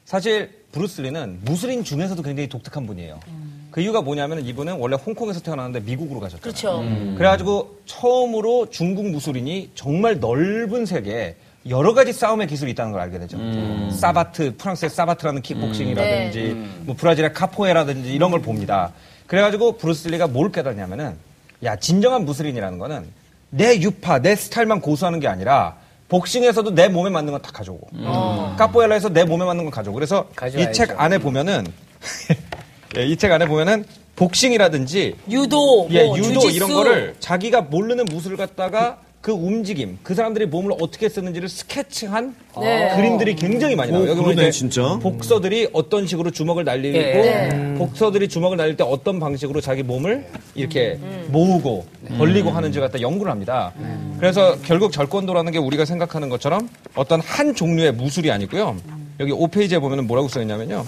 사실 브루스리는 무술인 중에서도 굉장히 독특한 분이에요.
음.
그 이유가 뭐냐면 이분은 원래 홍콩에서 태어났는데 미국으로 가셨잖아요.
그렇죠.
그래가지고 처음으로 중국 무술인이 정말 넓은 세계에 여러 가지 싸움의 기술이 있다는 걸 알게 되죠.
음.
사바트, 프랑스의 사바트라는 킥복싱이라든지, 뭐 브라질의 카포에라든지 이런 걸 봅니다. 그래가지고 브루슬리가 뭘 깨닫냐면은, 야, 진정한 무술인이라는 거는 내 유파, 내 스타일만 고수하는 게 아니라, 복싱에서도 내 몸에 맞는 건 다 가져오고,
음. 어.
카포에라에서 내 몸에 맞는 건 가져오고. 그래서
가져와야죠.
이 책 안에 보면은, 예, 이 책 안에 보면은, 복싱이라든지
유도,
예,
뭐,
유도
주짓수.
이런 거를 자기가 모르는 무술을 갖다가 그 움직임, 그 사람들이 몸을 어떻게 쓰는지를 스케치한 아,
네.
그림들이 굉장히 많이 나와요.
오,
보면
그러네,
이제
진짜.
복서들이 어떤 식으로 주먹을 날리고,
예.
복서들이 주먹을 날릴 때 어떤 방식으로 자기 몸을 이렇게
음.
모으고
음.
벌리고 하는지 갖다 연구를 합니다. 그래서 결국 절권도라는 게 우리가 생각하는 것처럼 어떤 한 종류의 무술이 아니고요. 여기 5페이지에 보면 뭐라고 써있냐면요.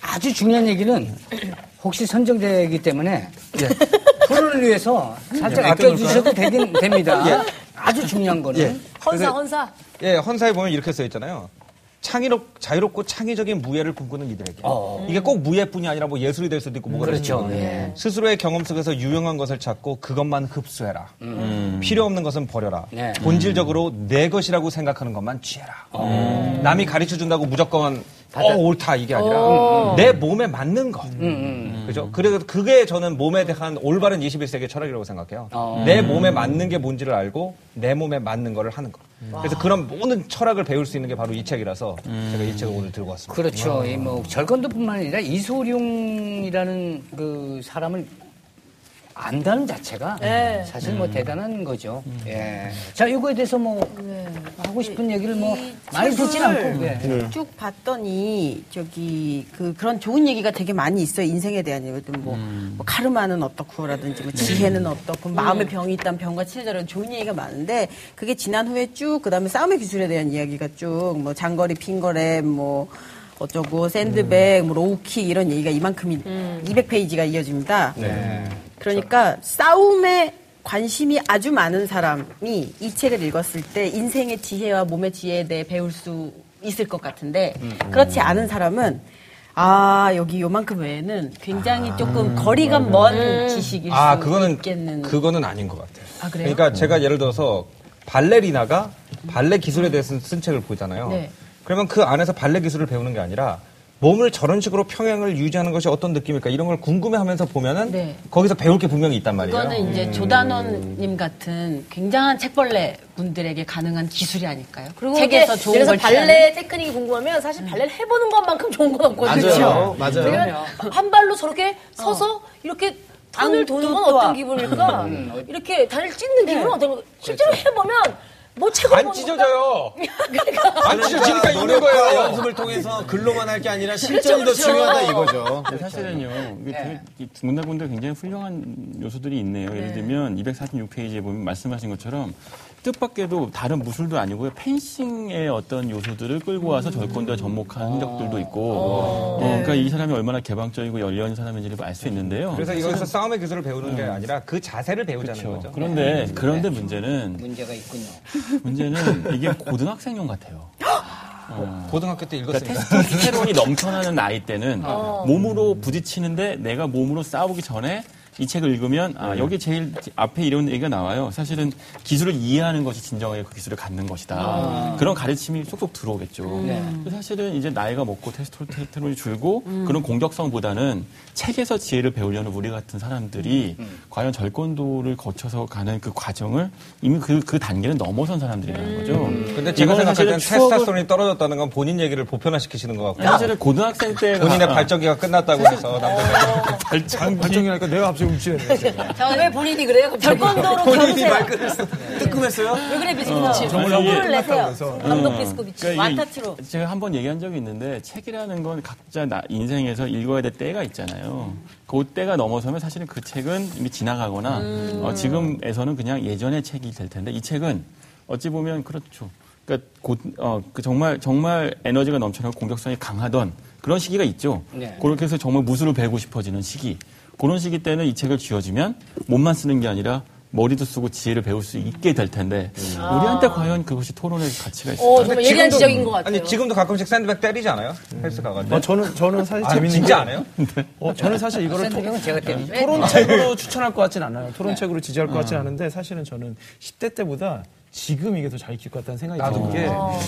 아주 중요한 얘기는 혹시 선정되기 때문에 예. 토론을 위해서
네,
살짝 아껴주셔도 되긴 됩니다. 아주 중요한 거는
헌사, 헌사.
예, 헌사에 보면 이렇게 써 있잖아요. 창의롭, 자유롭고 창의적인 무예를 꿈꾸는 이들에게. 이게 꼭 무예뿐이 아니라 뭐 예술이 될 수도 있고 뭐가 될 수도
어. 그렇죠.
있고.
예.
스스로의 경험 속에서 유용한 것을 찾고 그것만 흡수해라.
음.
필요 없는 것은 버려라.
음. 네.
본질적으로 내 것이라고 생각하는 것만 취해라.
어.
남이 가르쳐 준다고 무조건 어, 옳다 이게
어.
아니라 내 몸에 맞는
음,
것. 그죠? 그래서 그게 저는 몸에 대한 올바른 21세기의 철학이라고 생각해요.
어.
내 몸에 맞는 게 뭔지를 알고 내 몸에 맞는 거를 하는 거. 그래서 그런 모든 철학을 배울 수 있는 게 바로 이 책이라서 제가 이 책을 오늘 들고 왔습니다. 음.
그렇죠. 이 뭐 절건도뿐만 아니라 이소룡이라는 그 사람을 안다는 자체가
네.
사실 뭐 대단한 거죠. 예. 자, 이거에 대해서 뭐
네.
하고 싶은 얘기를 뭐
이
많이 듣진
책을
않고. 예.
쭉 봤더니 저기 그 그런 좋은 얘기가 되게 많이 있어요 인생에 대한 얘기 뭐,
음.
뭐 카르마는 어떻고라든지 뭐 지혜는 어떻고 마음의 병이 있다면 병과 치료자라는 좋은 얘기가 많은데 그게 지난 후에 쭉 그다음에 싸움의 기술에 대한 이야기가 쭉 뭐 장거리 핑거랩 뭐 어쩌고
음.
샌드백 뭐 로우킥 이런 얘기가 이만큼이 200페이지가 이어집니다.
네.
네.
그러니까 싸움에 관심이 아주 많은 사람이 이 책을 읽었을 때 인생의 지혜와 몸의 지혜에 대해 배울 수 있을 것 같은데
음,
그렇지 않은 사람은 아 여기 요만큼 외에는 굉장히 조금 거리가 먼 지식일
음, 아,
수
그거는
있겠는
그거는 아닌 것 같아요.
아, 그래요?
러니까 제가 예를 들어서 발레리나가 발레 기술에 대해서 쓴 책을 보잖아요.
네.
그러면 그 안에서 발레 기술을 배우는 게 아니라 몸을 저런 식으로 평행을 유지하는 것이 어떤 느낌일까 이런 걸 궁금해하면서 보면은
네.
거기서 배울 게 분명히 있단 말이에요. 음.
그거는 이제 조단원님 같은 굉장한 책벌레 분들에게 가능한 기술이 아닐까요?
그리고
책에서
이게
좋은
예를
걸
들어서
취하는?
발레 테크닉이 궁금하면 사실 발레를 해보는 것만큼 좋은 건 없거든요. 그렇죠?
맞아요. 맞아요.
왜냐면 한 발로 저렇게 서서 이렇게
앙,
안을 도는 건
뚜뚜아.
어떤 기분일까? 이렇게 다리를 찢는 기분은 어떤 거? 실제로 해보면 뭐 책을
안 찢어져요. 안 찢어지니까 있는
노력과
거예요.
연습을 통해서 글로만 할 게 아니라
그렇죠,
실전이 더 중요하다 이거죠.
네, 사실은요. 이게 되게 이 군데군데 굉장히 훌륭한 요소들이 있네요. 예를 들면 246페이지에 보면 말씀하신 것처럼 뜻밖에도 다른 무술도 아니고요. 펜싱의 어떤 요소들을 끌고 와서 절권도에 접목한 흔적들도 있고. 음. 아. 어, 그러니까 이 사람이 얼마나 개방적이고 열려있는 사람인지를 알 수 있는데요.
그래서 이거에서 싸움의 기술을 배우는 게 아니라 그 자세를 배우자는 거죠.
그렇죠.
네.
그런데 그런데 문제는
문제가 있군요.
문제는 이게 고등학생용 같아요.
어, 고등학교 때 읽었으니까. 어.
그러니까 테스토스테론이 넘쳐나는 나이 때는 몸으로 부딪히는데 내가 몸으로 싸우기 전에 이 책을 읽으면 아 여기 제일 앞에 이런 얘기가 나와요. 사실은 기술을 이해하는 것이 진정하게 그 기술을 갖는 것이다.
아.
그런 가르침이 쏙쏙 들어오겠죠.
네. 음.
근데 사실은 이제 나이가 먹고 테스토스테론이 줄고 그런 공격성보다는 책에서 지혜를 배우려는 우리 같은 사람들이
음.
과연 절권도를 거쳐서 가는 그 과정을 이미 그, 그 단계는 넘어선 사람들이라는 거죠.
음. 근데 제가
이거는
생각할
사실은
땐
추억을-
테스타스톤이 떨어졌다는 건 본인 얘기를 보편화시키시는 것 같고
사실은 고등학생 때
본인의 발전기가 끝났다고 해서 남들
발전
발정이라니까 내가 갑자기 움찔했네. 지금.
왜 본인이 그래요? 절권도로
본인이
겨루세요.
말끝을 쓰- 뜨끔했어요?
왜 그래 비스코치?
정말
네, 선물을
이게-
내세요. 감독
그러니까
비스코비치.
이게
완타치로.
제가 한 번 얘기한 적이 있는데 책이라는 건 각자 나- 인생에서 읽어야 될 때가 있잖아요. 그 때가 넘어서면 사실은 그 책은 이미 지나가거나
음.
어, 지금에서는 그냥 예전의 책이 될 텐데 이 책은 어찌 보면 그렇죠. 그러니까 곧, 어, 그 정말 정말 에너지가 넘쳐나고 공격성이 강하던 그런 시기가 있죠.
네.
그렇게 해서 정말 무술을 배우고 싶어지는 시기. 그런 시기 때는 이 책을 쥐어주면 몸만 쓰는 게 아니라 머리도 쓰고 지혜를 배울 수 있게 될 텐데 우리한테 과연 그것이 토론의 가치가 있을까?
어, 정말 예리한 지적인 것 같아요.
아니 지금도 가끔씩 샌드백 때리지 않아요? 헬스 가가지고.
네.
어, 저는 저는 사실
아,
재밌는
진짜
게-
안 해요?
네.
어, 저는 사실 이거를 토,
샌드백은 제가 때리죠.
토론책으로 추천할 것 같진 않아요. 토론책으로 지지할 것 같진 않은데 사실은 저는 10대 때보다 지금 이게 더 잘 익힐 것 같다는 생각이 드는 게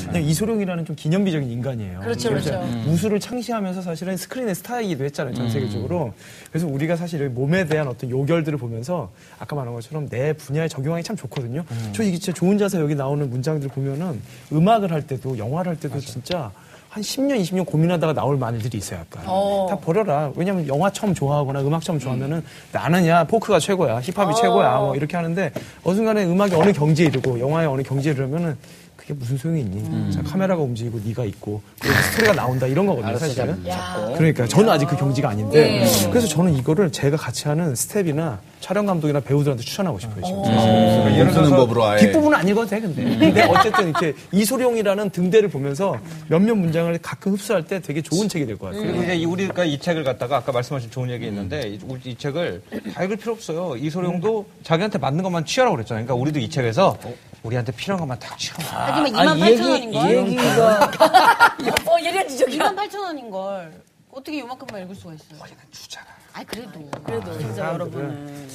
그냥 이소룡이라는 좀 기념비적인 인간이에요.
어. 그렇죠, 그렇죠.
무술을 창시하면서 사실은 스크린의 스타이기도 했잖아요, 전 세계적으로. 그래서 우리가 사실 여기 몸에 대한 어떤 요결들을 보면서 아까 말한 것처럼 내 분야에 적용하기 참 좋거든요. 저 이게 진짜 좋은 자세 여기 나오는 문장들 보면은 음악을 할 때도 영화를 할 때도 진짜 한 10년, 20년 고민하다가 나올 말들이 있어요, 약간. 다 버려라. 왜냐면 영화 처음 좋아하거나 음악 처음 좋아하면은 나는 야, 포크가 최고야, 힙합이 최고야, 뭐 이렇게 하는데 어느 순간에 음악이 어느 경지에 이르고 영화의 어느 경지에 이르면은 그게 무슨 소용이 있니? 자, 카메라가 움직이고 네가 있고 그리고 스토리가 나온다 이런 거거든요, 아, 사실은. 그러니까 저는 아직 그 경지가 아닌데 그래서 저는 이거를 제가 같이 하는 스텝이나 촬영 감독이나 배우들한테 추천하고 싶어요. 음. 지금. 그러니까
예를 드는 음. 법으로 아예.
뒷부분은 안 읽어도 돼, 근데. 근데 어쨌든 이렇게 이소룡이라는 등대를 보면서 몇몇 문장을 가끔 흡수할 때 되게 좋은 책이 될 것 같아요.
그리고 이제 이 우리가 이 책을 갖다가 아까 말씀하신 좋은 얘기 있는데 이- 우리 이 책을 다 읽을 필요 없어요. 이소룡도 자기한테 맞는 것만 취하라고 그랬잖아요. 그러니까 우리도 이 책에서 우리한테 필요한 것만 딱 취하라.
하지만
아,
2만
이
8천
얘기,
원인
이
걸.
얘기가
어, 예리한 지적이야.
2만 8천 원인 걸. 어떻게 요만큼만 읽을 수가 있어요? 우리는 주잖아. 아 그래도. 그래도 진짜 여러분은.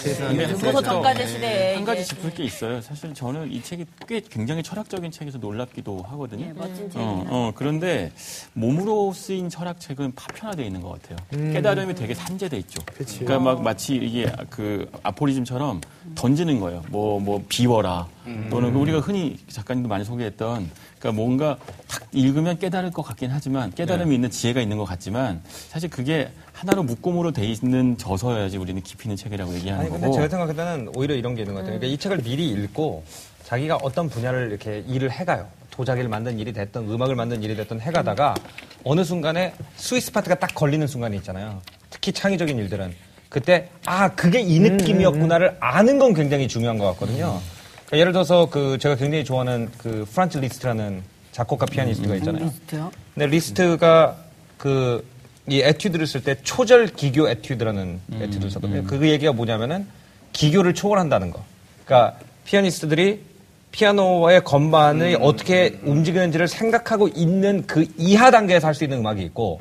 그거 정가제 시대에.
네. 한
이게
가지 짚을 게 있어요. 사실 저는 이 책이 꽤 굉장히 철학적인 책에서 놀랍기도 하거든요.
예, 멋진 책이긴
어,
하죠.
어, 그런데 몸으로 쓰인 철학책은 파편화되어 있는 것 같아요. 깨달음이 되게 산재돼 있죠. 그러니까막 마치 이게 그 아포리즘처럼 던지는 거예요. 뭐, 뭐, 비워라.
음.
음.
또는 그 우리가 흔히 작가님도 많이 소개했던 그러니까 뭔가 탁 읽으면 깨달을 것 같긴 하지만
네.
깨달음이 있는 지혜가 있는 것 같지만 사실 그게 하나로 묶음으로 돼 있는 저서여야지 우리는 깊이 있는 책이라고 얘기하는
아니 근데
거고.
제가 생각할 때는 오히려 이런 게 있는 것 같아요. 그러니까 이 책을 미리 읽고 자기가 어떤 분야를 이렇게 일을 해가요. 도자기를 만든 일이 됐던 음악을 만든 일이 됐던 해가다가 어느 순간에 스위스 파트가 딱 걸리는 순간이 있잖아요. 특히 창의적인 일들은 그때 아 그게 이 느낌이었구나를 아는 건 굉장히 중요한 것 같거든요. 그러니까 예를 들어서 그 제가 굉장히 좋아하는 그 프란츠 리스트라는 작곡가
음,
피아니스트가 있잖아요.
리스트요?
근데 리스트가 그 이 에튜드를 쓸 때 초절 기교 에튜드라는 에튜드를 썼거든요. 그 얘기가 뭐냐면은 기교를 초월한다는 거. 그러니까 피아니스트들이 피아노의 건반이 어떻게 움직이는지를 생각하고 있는 그 이하 단계에서 할 수 있는 음악이 있고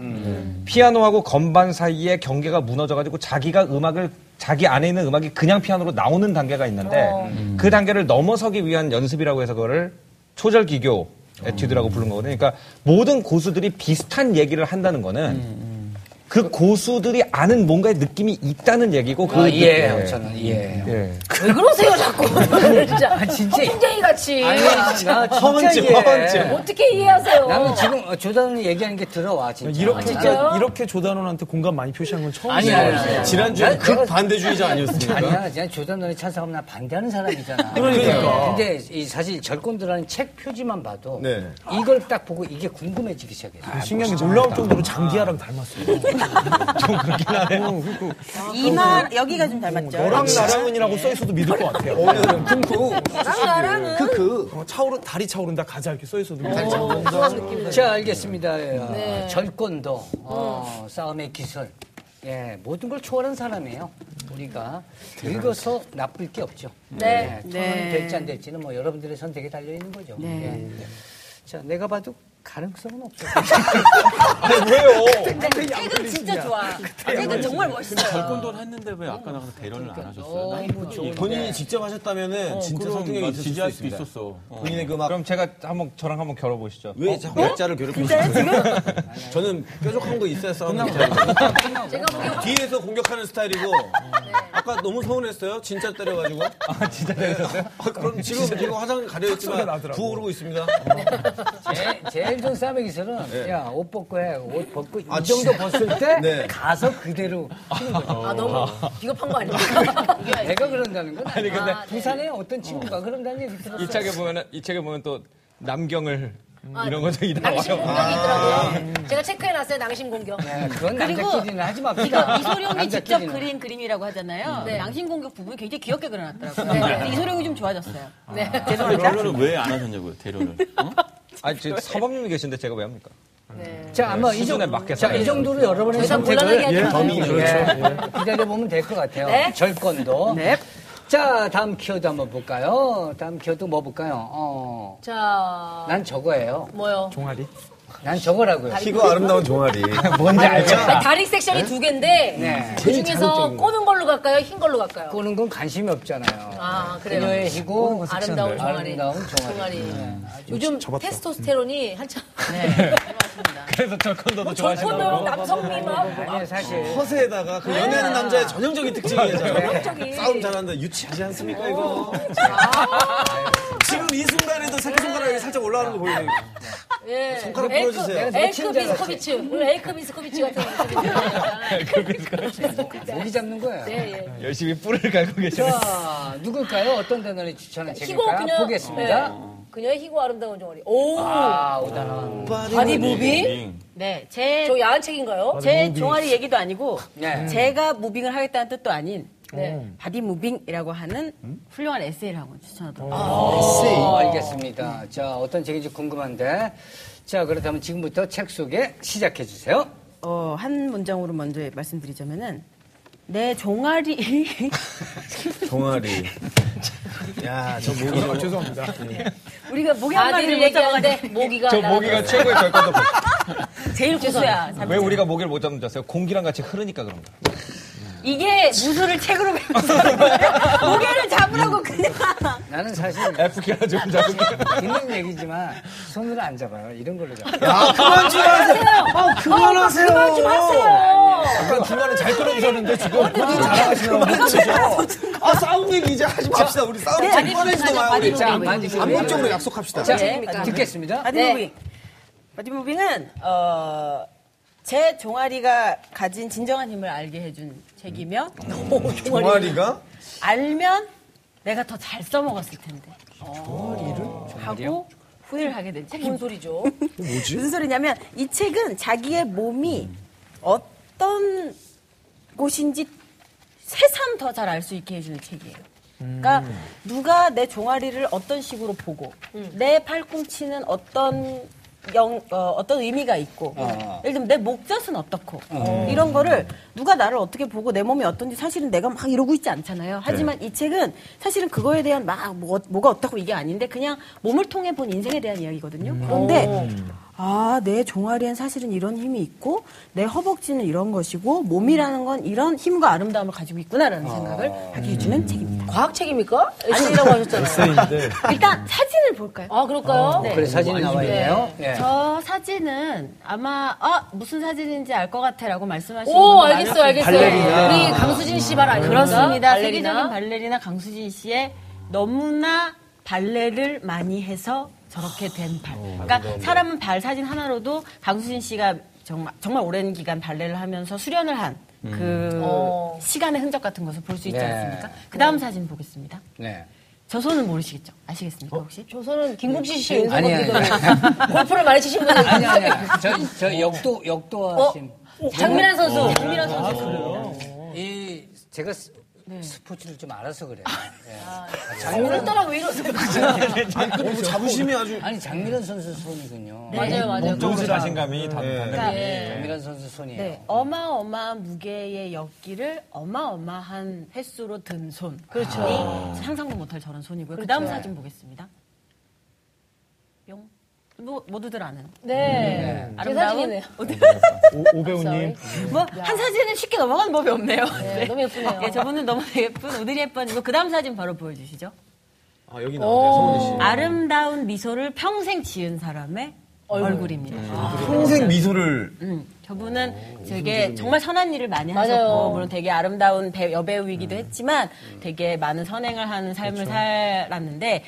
피아노하고 건반 사이에 경계가 무너져가지고 자기가 음악을 자기 안에 있는 음악이 그냥 피아노로 나오는 단계가 있는데
어. 음.
그 단계를 넘어서기 위한 연습이라고 해서 그거를 초절 기교 에튜드라고 부른 거거든요. 그러니까 모든 고수들이 비슷한 얘기를 한다는
음,
거는 그 고수들이 아는 뭔가의 느낌이 있다는 얘기고
예,
그
아,
느낌-
이해해요. 저는 이해해요.
예.
네,
왜 그러세요, 자꾸. 아, 진짜. 진짜. 쟁이 같이.
나 진짜
허언증,
이해.
허언증.
어떻게 이해하세요? 아,
나는 지금 어, 조단을 얘기하는 게 들어와
아,
진짜.
이렇게
진짜요?
이렇게 조단원한테 공감 많이 표시한 건
아니
처음이에요.
아니 아니.
지난주에
난 내가-
극반대주의자 아니었습니까?
아니야, 그냥 조단원이 찬성하면 나 반대하는 사람이잖아. 그러니까. 근데 이 사실 절권도라는 책 표지만 봐도
네.
이걸 딱 보고 이게 궁금해지기 아, 시작했어.
아, 신경이 놀라울 정도로 장기하랑 닮았어요. 좀 그렇긴 하네요. 아,
2만 여기가 좀 닮았죠.
어,
아,
너랑 음, 나랑은이라고 써 있어도 믿을 것 같아요.
오늘은 쿵쿵. 그,
나랑은.
어, 차오른 다리 차오른다 가자 이렇게 써 있어도 믿을 것 같아요.
자, 알겠습니다. 예, 아,
네.
절권도, 어,
음.
싸움의 기술. 예, 모든 걸 초월한 사람이에요. 우리가 읽어서 나쁠 게 없죠.
네.
예,
네.
초월이 될지 안 될지는 뭐 여러분들의 선택에 달려 있는 거죠.
네.
예. 자, 내가 봐도 가능성은 없어.
네,
책은 진짜 좋아. 책은 정말 멋있어요. 그러니까. 뭐
절권도를 했는데 왜 아까 나가서 대련을 안 하셨어요?
너무 좋은
네.
본인이 직접 하셨다면은
어,
진짜
어, 그럼
성격이
지지할 수도 있었어. 어.
본인의 그 막.
예. 아, 그럼 제가 한번 저랑 한번 겨뤄보시죠.
왜 자꾸 약자를 괴롭히고 싶어요? 저는 뾰족한 거 있어야 싸우는
제가 보기엔 확-
어, 뒤에서 공격하는 스타일이고 아까 너무 서운했어요. 진짜 때려가지고. 아 진짜 때렸어요? 그럼 지금 지금 화장 가려있지만 부어오르고 있습니다.
제, 제일 좋은 싸움의 기술은, 야, 옷 벗고 해. 옷 벗고
네. 아,
이 정도 벗을 때
네. 어.
가서 그대로.
아, 너무 비겁한 거 아닙니까?
내가 그런다는 건 아니, 근데 부산에 어떤 친구가 그런다는 얘기 들었어.
이 책에 보면은 이 책에 보면 또 남경을
아, 네.
이런 것도 이
낭심
나와요. 아.
공격이
음,
있더라고요. 음. 제가 체크해놨어요, 낭심 공격.
예, 그건
그리고
남자끼리는 하지
이거
맙시다.
이소룡이 직접
남자끼리는.
그린 그림이라고 하잖아요.
네.
양심 공격 부분이 굉장히 귀엽게 그려놨더라고요. 네. 근데 이소룡이 좀 좋아졌어요.
네.
대련을 왜 안 하셨냐고요, 대련을. 어?
아, 저 사범님이 계신데 제가 왜 합니까?
자, 아마 이
수준에
정도,
맞게
자,
살아야
이 정도로 여러분의
네. 저희가
선택을
곤란하게 하지
예,
마세요.
기다려보면 될 것 같아요.
네.
절권도.
네.
자, 다음 키워드 한번 볼까요? 다음 키워드 뭐 볼까요? 어.
자,
난 저거예요.
뭐요?
종아리.
난 저거라고요.
피부 아름다운 종아리.
뭔지
아니,
알죠?
다리 섹션이 두 개인데
네.
그 중에서 꼬는 걸로 갈까요? 흰 걸로 갈까요?
꼬는 건 관심이 없잖아요.
아, 그래요.
어. 그녀의 희고
아름다운 종아리.
아름다운 종아리. 네. 음.
종아리. 요즘 테스토스테론이 한참 네.
그래서 절컨도도 좋아하시고
전권도 남성미만
네. 아니 사실
허세에다가 그 연애하는 남자의 네. 전형적인 특징이잖아요.
갑자기
싸움 잘하는데 유치하지 않습니까 이거? 지금 이 순간에도 새끼손가락이 살짝 올라가는 거 보이네요.
예.
손가락
에이크-
풀어주세요.
네,
에이크 미스코비츠 오늘 에이크 미스코비츠 같은
아, 모기 잡는 거예요.
예예
열심히 뿔을 갈고 계셔.
자, 누굴까요? 어떤 단어를 추천해
희고
주실까요?
그녀
아, 보겠습니다.
네. 그녀의 희고 아름다운 종아리 오
아, 오다나.
바디 무빙
네, 제,
저 야한
어,
책인가요?
제 종아리 얘기도 아니고
네.
제가 무빙을 하겠다는 뜻도 아닌
네.
바디 무빙이라고 하는 훌륭한 에세이를 한번 추천하도록
어, 알겠습니다. 자, 어떤 책인지 궁금한데. 자, 그렇다면 지금부터 책 소개 시작해 주세요.
어, 한 문장으로 먼저 말씀드리자면은 내 종아리
종아리. 아, 야, 저 목이 좀- 네.
우리가 목이 한
바디를
마디를 못 잡아가지고
얘기하는데 모기가
저
날아가-
모기가 최고의 절권도.
제일 고수야.
왜 우리가 모기를 못 잡는 줄 아세요? 공기랑 같이 흐르니까 그런 거예요.
이게 무술을 책으로 배워서 하는 거예요. 무게를 잡으라고 그냥.
나는 사실
FK라 좀 잡은
있는 얘기지만 손으로 안 잡아요. 이런 걸로 잡아요. 어,
아, 그만 좀 하세요. 아, 그만하세요. 그만 좀
하세요.
약간 중간에 잘 끊어주셨는데 어, 지금 잘하시는 거죠. 아, 싸움 얘기 이제 하지 맙시다. 우리 싸움 좀
아니,
꺼내지도 마요.
아니,
우리.
아니,
자, 많이
암묵적으로 약속합시다.
자,
네.
듣겠습니다.
바디
네.
무빙. 바디 무빙은 어, 제 종아리가 가진 진정한 힘을 알게 해준 책이며
음.
그
종아리가
알면 내가 더 잘 써먹었을 텐데. 종아리를 하고 후회를 하게 된 책.
뭔 소리죠?
무슨 소리냐면 이 책은 자기의 몸이 어떤 곳인지 새삼 더 잘 알 수 있게 해주는 책이에요. 그러니까
음.
누가 내 종아리를 어떤 식으로 보고 내 팔꿈치는 어떤 영, 어, 떤 의미가 있고 예를 들면 내 목젖은 어떻고 이런 거를 누가 나를 어떻게 보고 내 몸이 어떤지 사실은 내가 막 이러고 있지 않잖아요. 하지만 이 책은 사실은 그거에 대한 막 뭐, 뭐가 어떻고 이게 아닌데 그냥 몸을 통해 본 인생에 대한 이야기거든요. 그런데 아, 내 종아리엔 사실은 이런 힘이 있고, 내 허벅지는 이런 것이고, 몸이라는 건 이런 힘과 아름다움을 가지고 있구나라는 생각을 하게 해주는 책입니다.
과학책입니까? 에세이라고 하셨잖아요.
일단 사진을 볼까요? 어, 네.
아 그럴까요?
그래 네, 사진이
뭐
나와 있네요. 예.
저 사진은 아마, 아, 무슨 사진인지 알 것 같아 라고 말씀하시는
오
분도
알겠어요
많을
알겠어요. 우리 강수진 씨 말 아닙니까?
그렇습니다. 세계적인
발레리나?
발레리나 강수진 씨의 너무나 발레를 많이 해서 저렇게 된 발. 그러니까 사람은 발 사진 하나로도 강수진 씨가 정말, 정말 오랜 기간 발레를 하면서 수련을 한 그
어.
시간의 흔적 같은 것을 볼 수 있지
음. 네.
않습니까? 그 다음 사진 보겠습니다.
네.
저 손은 모르시겠죠? 아시겠습니까 혹시?
어? 조선은 네. 김국진 씨 왼손
아니,
걷기도
아니.
골프를 많이 치신 분이 어.
아니 아니. 저, 저 역도 역도 하신 어. 아,
장민환 선수. 장민환 선수. 네.
이 제가 스, 스포츠를 좀 알아서 그래요. 예.
오늘따라 왜 이러세요? 아, 네,
너무 어, 자부심이 아주
그렇죠.
뭐,
아니 장미란 선수 손이군요.
네. 맞아요
어,
그렇죠. 맞아요.
정신 자신감이 다
그러니까
장미란 네. 선수 손이에요.
네, 어마어마한 무게의 엿기를 어마어마한 횟수로 든 손. 그렇죠.
아.
상상도 못할 저런 손이고요.
그렇죠.
그 다음 사진 보겠습니다. 뿅. 뭐, 모두들 아는. 음.
네. 제 사진이네요.
오배우님.
뭐, 한 사진은 쉽게 넘어가는 법이 없네요.
네, 너무 예쁘네요.
예, 저분은 너무 예쁜 오드리 헵번이고 그 다음 사진 바로 보여주시죠.
아, 여기 나오네요. 성훈이 씨.
아름다운 미소를 평생 지은 사람의 얼굴입니다.
평생 미소를
음, 저분은 되게 정말 선한 일을 많이
맞아요.
하셨고 물론 되게 아름다운 배- 여배우이기도 했지만 되게 많은 선행을 하는 삶을 살았는데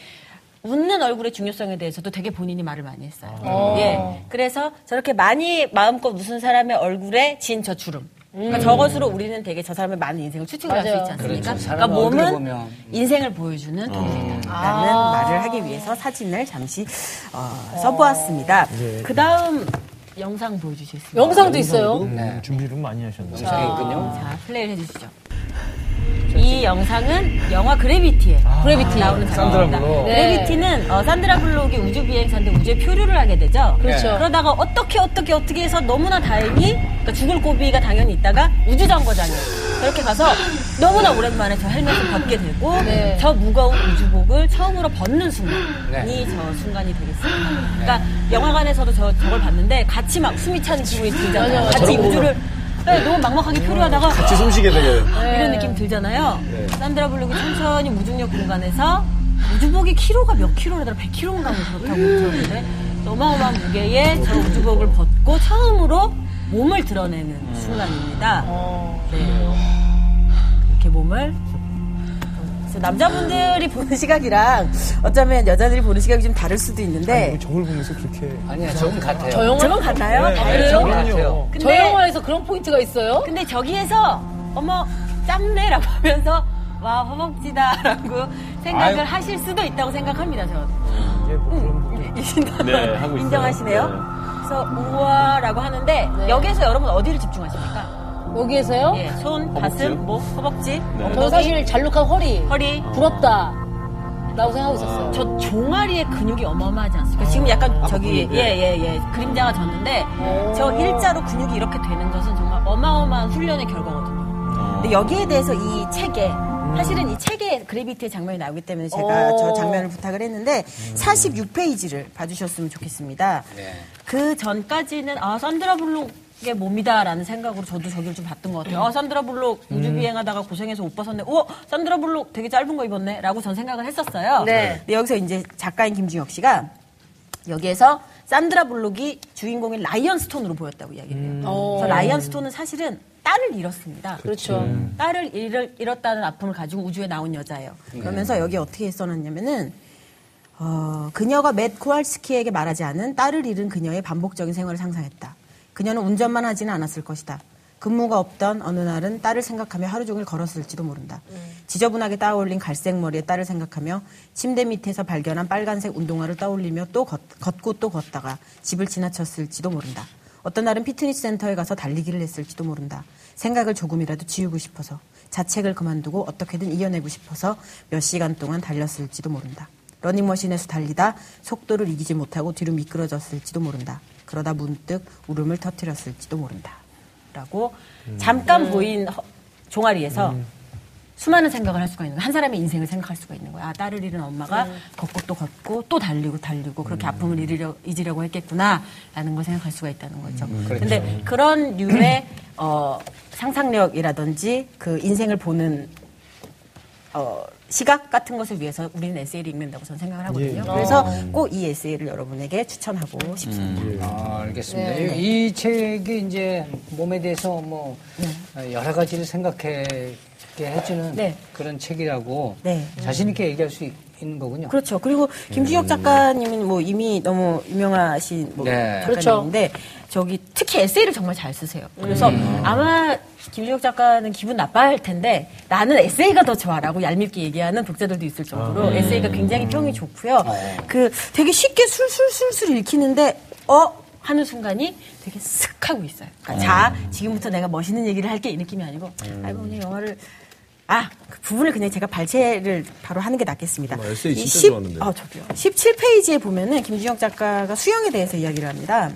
웃는 얼굴의 중요성에 대해서도 되게 본인이 말을 많이 했어요. 예, 그래서 저렇게 많이 마음껏 웃은 사람의 얼굴에 진 저 주름. 그러니까 저것으로 우리는 되게 저 사람의 많은 인생을
음.
추측을 할 수 있지 않습니까?
그렇죠.
러
사람
니까 몸은
얼굴을 보면.
음. 인생을 보여주는
어.
도구이다라는
아.
말을 하기 위해서 사진을 잠시 어, 써보았습니다. 그 다음 영상 보여주시겠습니다.
예. 영상도 있어요.
네.
준비를 많이 하셨나요?
장이군요.
자, 플레이를 해주시죠.
이 영상은 영화 그래비티에
그래비티.
나오는 작품입니다.
네.
그래비티는 어, 산드라 블록이 우주 비행사인데 우주에 표류를 하게 되죠.
그렇죠.
그러다가 어떻게 어떻게 어떻게 해서 너무나 다행히 그러니까 죽을 고비가 당연히 있다가 우주 정거장에 그렇게 가서 너무나 오랜만에 저 헬멧을 벗게 되고
네.
저 무거운 우주복을 처음으로 벗는 순간이
네.
저 순간이 되겠습니다. 그러니까 영화관에서도 저 저걸 봤는데 같이 막 숨이 찬 기분이 들잖아요. 같이 우주를 네, 너무 막막하게 표류하다가 네.
같이 숨쉬게 되게.
이런 느낌 들잖아요.
네.
산드라 블록이 천천히 무중력 공간에서 우주복이 키로가 몇 킬로라더라 100킬로인가 뭐 그렇다고 들었는데 어마어마한 무게에 저 우주복을 벗고 처음으로 몸을 드러내는
음.
순간입니다.
어,
네. 이렇게 몸을
그래서 남자분들이 보는 시각이랑 어쩌면 여자들이 보는 시각이 좀 다를 수도 있는데
저걸 보면서 그렇게
아니야, 저건 같아요.
저 영화
저건 같나요?
네,
다른-
저건
그래요?
같아요.
저 영화에서 그런 포인트가 있어요?
근데 저기에서 어머 짬내라고 하면서 와 허벅지다라고 생각을
아유.
하실 수도 있다고 생각합니다. 저 음,
이게 뭐 그런 분들
이신다고
네, 하고 있어요.
인정하시네요.
네.
그래서 우와라고 하는데
네.
여기에서 여러분 어디를 집중하십니까?
여기에서요? 네.
예, 손, 가슴, 목, 허벅지,
저는
엉덩이,
사실 잘록한 허리.
허리.
부럽다. 라고 생각하고 있었어요.
저 종아리의 근육이 어마어마하지 않습니까? 그러니까 지금 약간 저기 예예예 그림자가 졌는데 저 일자로 근육이 이렇게 되는 것은 정말 어마어마한 훈련의 결과거든요. 근데 여기에 대해서 이 책에
사실은 이 책에 그래비티의 장면이 나오기 때문에 제가
오.
저 장면을 부탁을 했는데 46페이지를 봐주셨으면 좋겠습니다.
그 전까지는 아 산드라 블록의 몸이다라는 생각으로 저도 저기를 좀 봤던 것 같아요. 아 산드라 블록
음.
우주 비행하다가 고생해서 옷 벗었네. 우와 산드라 블록 되게 짧은 거 입었네라고 전 생각을 했었어요.
네.
근데 여기서 이제 작가인 김중혁 씨가 여기에서 산드라 블록이 주인공인 라이언 스톤으로 보였다고 이야기해요.
어.
그래서 라이언 스톤은 사실은 딸을 잃었습니다.
그렇죠.
딸을 잃을, 잃었다는 아픔을 가지고 우주에 나온 여자예요. 그러면서 여기 어떻게 써놨냐면은 어, 그녀가 맷 코알스키에게 말하지 않은 딸을 잃은 그녀의 반복적인 생활을 상상했다. 그녀는 운전만 하지는 않았을 것이다. 근무가 없던 어느 날은 딸을 생각하며 하루 종일 걸었을지도 모른다.
음.
지저분하게 따올린 갈색 머리에 딸을 생각하며 침대 밑에서 발견한 빨간색 운동화를 떠올리며 또 걷, 걷고 또 걷다가 집을 지나쳤을지도 모른다. 어떤 날은 피트니스 센터에 가서 달리기를 했을지도 모른다. 생각을 조금이라도 지우고 싶어서 자책을 그만두고 어떻게든 이겨내고 싶어서 몇 시간 동안 달렸을지도 모른다. 러닝머신에서 달리다 속도를 이기지 못하고 뒤로 미끄러졌을지도 모른다. 그러다 문득 울음을 터뜨렸을지도 모른다.
라고
음.
음.
잠깐
네.
보인 허- 종아리에서 수많은 생각을 할 수가 있는 거야. 한 사람의 인생을 생각할 수가 있는 거야. 아, 딸을 잃은 엄마가 걷고 또 걷고 또 달리고 달리고 그렇게 아픔을 잊으려, 잊으려고 했겠구나라는 걸 생각할 수가 있다는 거죠. 근데 그런 류의 어,
상상력이라든지 그 인생을 보는 어, 시각 같은 것을 위해서 우리는 에세이를 읽는다고 저는 생각을 하거든요. 그래서 꼭 이 에세이를 여러분에게 추천하고
음.
싶습니다.
아, 알겠습니다.
네.
이, 이 책이 이제 몸에 대해서 뭐
네.
여러 가지를 생각하게 해주는
네.
그런 책이라고
네.
자신있게 얘기할 수 있- 있는 거군요. 예.
그렇죠. 그리고 김주혁 작가님은 뭐 이미 너무 유명하신 뭐
네.
작가님인데 저기 특히 에세이를 정말 잘 쓰세요. 그래서
음.
아마 김주혁 작가는 기분 나빠할 텐데 나는 에세이가 더 좋아라고 얄밉게 얘기하는 독자들도 있을 정도로
아.
에세이가
음.
굉장히 평이 좋고요.
어.
그 되게 쉽게 술술술술 읽히는데 어 하는 순간이 되게 슥 하고 있어요.
음.
그러니까 자 지금부터 내가 멋있는 얘기를 할게 이 느낌이 아니고 아이고 그냥 영화를 아, 그 부분을 그냥 제가 발췌를 바로 하는 게 낫겠습니다.
에세이 진짜
이 십-
좋았는데.
아, 저기요. 17페이지에 보면은 김준혁 작가가 수영에 대해서 이야기를 합니다.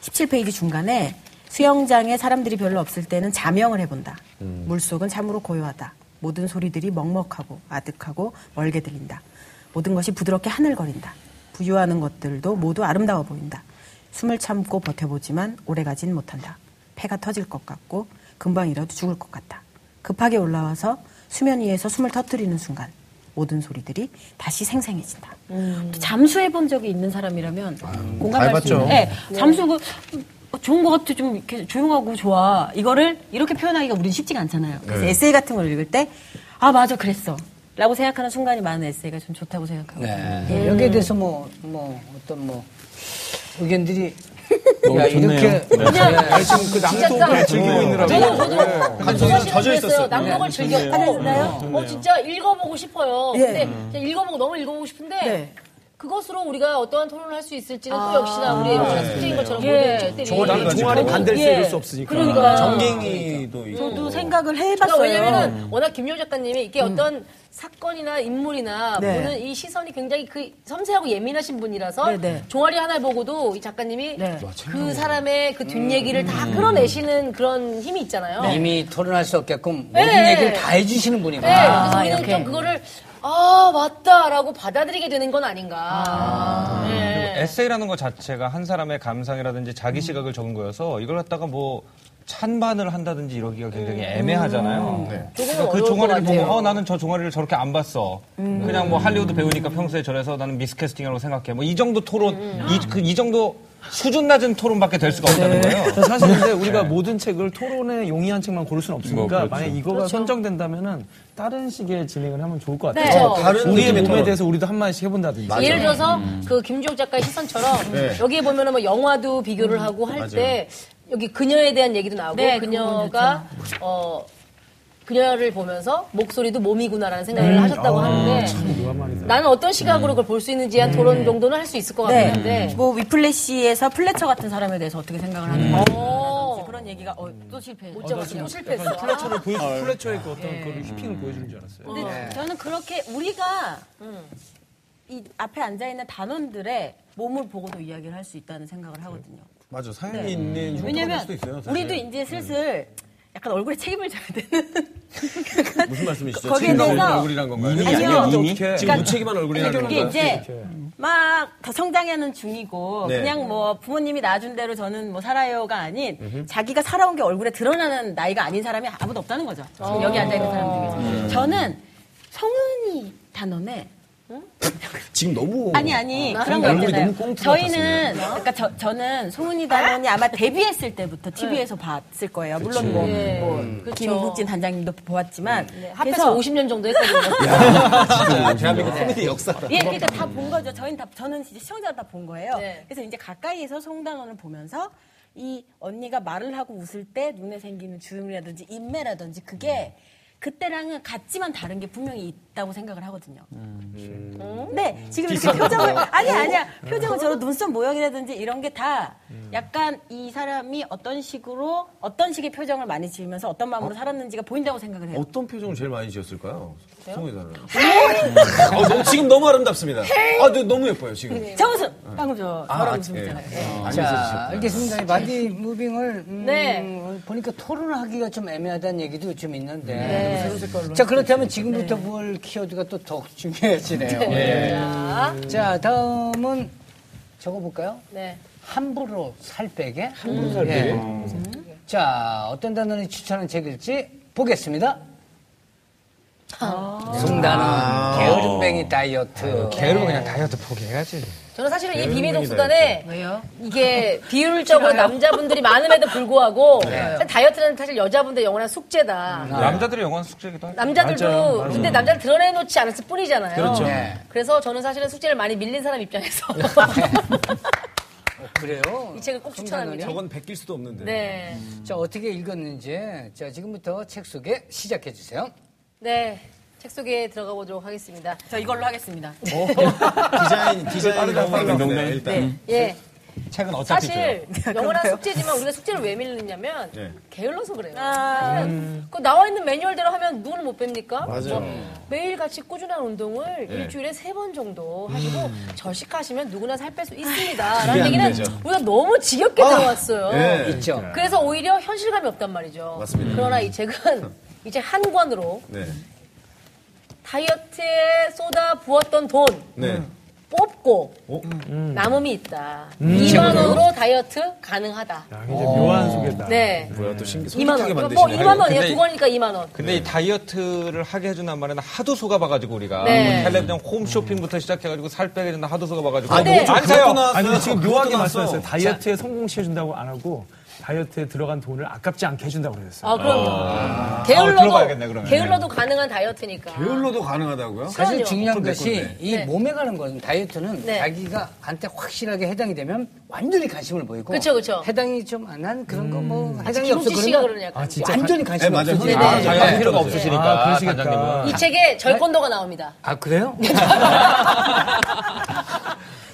17페이지 중간에 수영장에 사람들이 별로 없을 때는 자명을 해본다.
음.
물속은 참으로 고요하다. 모든 소리들이 먹먹하고 아득하고 멀게 들린다. 모든 것이 부드럽게 하늘거린다. 부유하는 것들도 모두 아름다워 보인다. 숨을 참고 버텨보지만 오래가진 못한다. 폐가 터질 것 같고 금방이라도 죽을 것 같다. 급하게 올라와서 수면 위에서 숨을 터뜨리는 순간 모든 소리들이 다시 생생해진다.
음. 또 잠수해본 적이 있는 사람이라면 공감할 수
잘
있는. 네, 잠수고 어, 좋은 것 같아 좀 이렇게 조용하고 좋아 이거를 이렇게 표현하기가 우린 쉽지가 않잖아요.
그래서 에세이 같은 걸 읽을 때 아 맞아 그랬어
라고 생각하는 순간이 많은 에세이가 좀 좋다고 예, 생각하고
네. 여기에 대해서 뭐, 뭐, 어떤 뭐, 의견들이.
너무
야,
좋네요.
이렇게.
네.
네.
진짜 네.
즐기고 있느라고.
저는 저도 사실
아, 젖어
그랬어요.
있었어요. 네.
낭독을
음.
즐겼고. 어, 진짜 읽어보고 싶어요. 근데 진짜 읽어보고 너무 읽어보고 싶은데
네.
그것으로 우리가 어떠한 토론을 할 수 있을지는
아.
또 역시나 우리의
네.
숙제인 것처럼
예.
모든 책들이
저거랑 종아리 반댈 수
예.
이룰 수 없으니까. 음.
그러니까.
정갱이도 있고.
저도 생각을
그러니까
해봤어요.
음.
왜냐면은 워낙 김효 작가님이 이게 어떤 사건이나 인물이나
네.
보는 이 시선이 굉장히 그 섬세하고 예민하신 분이라서
네, 네.
종아리 하나를 보고도 이 작가님이
네. 와,
그 사람의 그 뒷얘기를 다
음.
끌어내시는 그런 힘이 있잖아요.
네.
이미 토론할 수 없게끔 모든
네.
얘기를 다 해주시는
네,
분이구나.
그래서
아,
저희는 좀 그거를 아 맞다라고 받아들이게 되는 건 아닌가. 네. 음.
그리고 에세이라는 것 자체가 한 사람의 감상이라든지 자기 시각을 적은 거여서 이걸 갖다가 뭐 찬반을 한다든지 이러기가 굉장히 애매하잖아요.
음. 조금은
그러니까 그
어려울
종아리를
것
보면
같아요. 음.
어 나는 저 종아리를 저렇게 안 봤어. 그냥 뭐 할리우드 배우니까 평소에 저래서 나는 미스캐스팅이라고 생각해. 뭐 이 정도 토론
음.
이, 그, 이 정도 수준 낮은 토론밖에 될 수가 없다는
네.
거예요.
그래서 사실 근데 우리가 모든 책을 토론에 용이한 책만 고를 수는 없으니까
뭐, 그렇죠.
만약 이거가
그렇죠.
선정된다면은 다른 식의 진행을 하면 좋을 것 같아요.
네. 어,
다른
우리의
느낌의
몸에
토론.
대해서 우리도 한 마디씩 해본다든지.
예를 들어서 그 김종 작가의 시선처럼 여기에 보면은 뭐 영화도 비교를 하고 할 때 여기 그녀에 대한 얘기도 나오고
네,
그녀가 어 그녀를 보면서 목소리도 몸이구나라는 생각을
음.
하셨다고
음.
아,
하는데 나는 어떤 시각으로 그걸 볼 수 있는지 한 토론 정도는 할 수 있을 것 같긴 한데
뭐 위플래시에서 플래처 같은 사람에 대해서 어떻게 생각을 하는지 그런 얘기가 어, 또 실패.
못 잡았어 실패했어
그렇죠. 플래처를 보여 플래처의 그
네.
어떤 그걸 휘핑을 보여주는 줄 알았어요.
근데 네. 저는 그렇게 우리가 이 앞에 앉아 있는 단원들의 몸을 보고도 이야기를 할 수 있다는 생각을 하거든요.
맞아, 사연이 있는 흉터일
왜냐면
네, 수도 있어요. 사실. 네.
우리도 이제 슬슬 약간 얼굴에 책임을 져야 되는
무슨 말씀이시죠?
거기에
책임 없는
대해서
얼굴이란 건가요?
아니요.
음.
아니요.
이미?
그러니까
지금 무책임한 얼굴이라는
이게
건가요?
이제 막 더 성장하는 중이고
네.
그냥 뭐 부모님이 낳아준 대로 저는 뭐 살아요가 아닌 자기가 살아온 게 얼굴에 드러나는 나이가 아닌 사람이 아무도 없다는 거죠. 지금 여기 앉아 있는 사람
어.
중에서 저는 성은이 단원에
지금 너무
아니 아니 그런 거
얼굴이
있잖아요.
너무 꽁트
저희는
어?
그러니까 저, 저는 송은이 단원이 아마 데뷔했을 때부터 TV에서 봤을 거예요. 물론 뭐, 뭐 김국진 단장님도 보았지만
합해서 50년 정도 했거든요
진짜 대한민국 코미디 역사다.
예, 그러니까 다 본 거죠. 저희는 다, 저는 이제 시청자가 다 본 거예요.
네.
그래서 이제 가까이에서 송단원을 보면서 이 언니가 말을 하고 웃을 때 눈에 생기는 주름이라든지 인매라든지 그게 그때랑은 같지만 다른 게 분명히 있다고 생각을 하거든요.
음.
근데 지금 이렇게 표정을
어.
아니 아니야 표정은 저런 눈썹 모양이라든지 이런 게 다
음.
약간 이 사람이 어떤 식으로 어떤 식의 표정을 많이 지으면서 어떤 마음으로 살았는지가 보인다고 생각을 해요.
어떤 표정을 제일 많이 지었을까요? 송혜자는. 어, 너무- 지금 너무 아름답습니다. 아, 네, 너무 예뻐요, 지금. 예.
정우승 방금 저 저라고 웃음이잖아요.
어, 자, 알겠습니다. 바디 무빙을 음,
네.
보니까 토론하기가 좀 애매하다는 얘기도 좀 있는데. 네.
네.
자, 그렇다면 지금부터 뭘 키워드가 또 더욱 네. 중요해지네요. 예. 자, 다음은 적어볼까요?
네.
함부로 살 빼게. 함부로 살 빼게. 자, 어떤 단어를 추천한 책일지 보겠습니다.
아.
송단은 아. 어. 게으름뱅이 다이어트.
걔로 그냥 다이어트 포기해야지.
저는 사실은 이 비밀동 수단에 이게 비율적으로 남자분들이 많음에도 불구하고 사실 다이어트는 사실 여자분들 영원한 숙제다
네. 남자들의 영원 숙제기도 하고.
아. 남자들도 근데 남자를 드러내놓지 않았을 뿐이잖아요.
그렇죠.
네.
그래서 저는 사실은 숙제를 많이 밀린 사람 입장에서
그래요? 음.
이 책을 꼭 추천합니다.
저건 베낄 수도 없는데.
네,
자, 어떻게 읽었는지. 자, 지금부터 책 소개 시작해 주세요.
네. 책 속에 들어가 보도록 하겠습니다.
저 이걸로 하겠습니다.
디자인, 디자인 너무 아름답네요, 일단.
예,
책은 어차피
사실 영원한 숙제지만 우리가 숙제를 왜 밀리냐면
네.
게을러서 그래요.
아,
그 나와 있는 매뉴얼대로 하면 누구는 못 뺍니까?
맞아요. 예.
매일 같이 꾸준한 운동을 일주일에 세 번 정도 하시고
음.
절식하시면 누구나 살 뺄 수 있습니다.
그게
라는
안
얘기는
되죠.
우리가 너무
아!
지겹게 들어왔어요.
네.
예.
있죠.
그래서 오히려 현실감이 없단 말이죠.
맞습니다.
그러나 이 책은 이제 한 권으로
네.
다이어트에 쏟아 부었던 돈
네.
뽑고
어?
남음이 있다. 2만 원으로 다이어트 가능하다.
아, 굉장히 묘한 소개다.
네.
뭐야, 또 신기,
2만
솔직하게
원. 뭐
만드시네.
2만 원이에요.
근데
두 권이니까 2만 원.
근데 이 다이어트를 하게 해준단 말에는 하도 속아봐가지고 우리가
네.
뭐 텔레비전 홈쇼핑부터 시작해가지고 살 빼게 된다 하도 속아봐가지고
아, 네.
안
그것도
사요.
나왔어요.
아니 근데 지금
그것도
묘하게
나왔어요.
말씀하셨어요. 다이어트에 성공시켜준다고 안 하고 다이어트에 들어간 돈을 아깝지 않게 해준다고 그러셨어요.
아, 그럼요.
아.
게을러도
아, 들어가야겠네, 그러면.
게을러도 가능한 다이어트니까.
게을러도 가능하다고요?
사실
그럼요.
중요한
그럼 내
것이
건데.
이
네.
몸에 가는 건 다이어트는
네.
자기가 한테 확실하게 해당이 되면 완전히 관심을 보이고
그쵸, 음. 그쵸.
해당이 좀 안 한 그런 거 뭐 해당이
김치
없어
씨가
그러면
그러는 약간. 아, 진짜
완전히
관-
관심
네, 맞아요.
없어.
네, 네. 아, 자기가
필요가 없으시니까, 단장님은.
이 책에 절권도가 나옵니다.
아 그래요?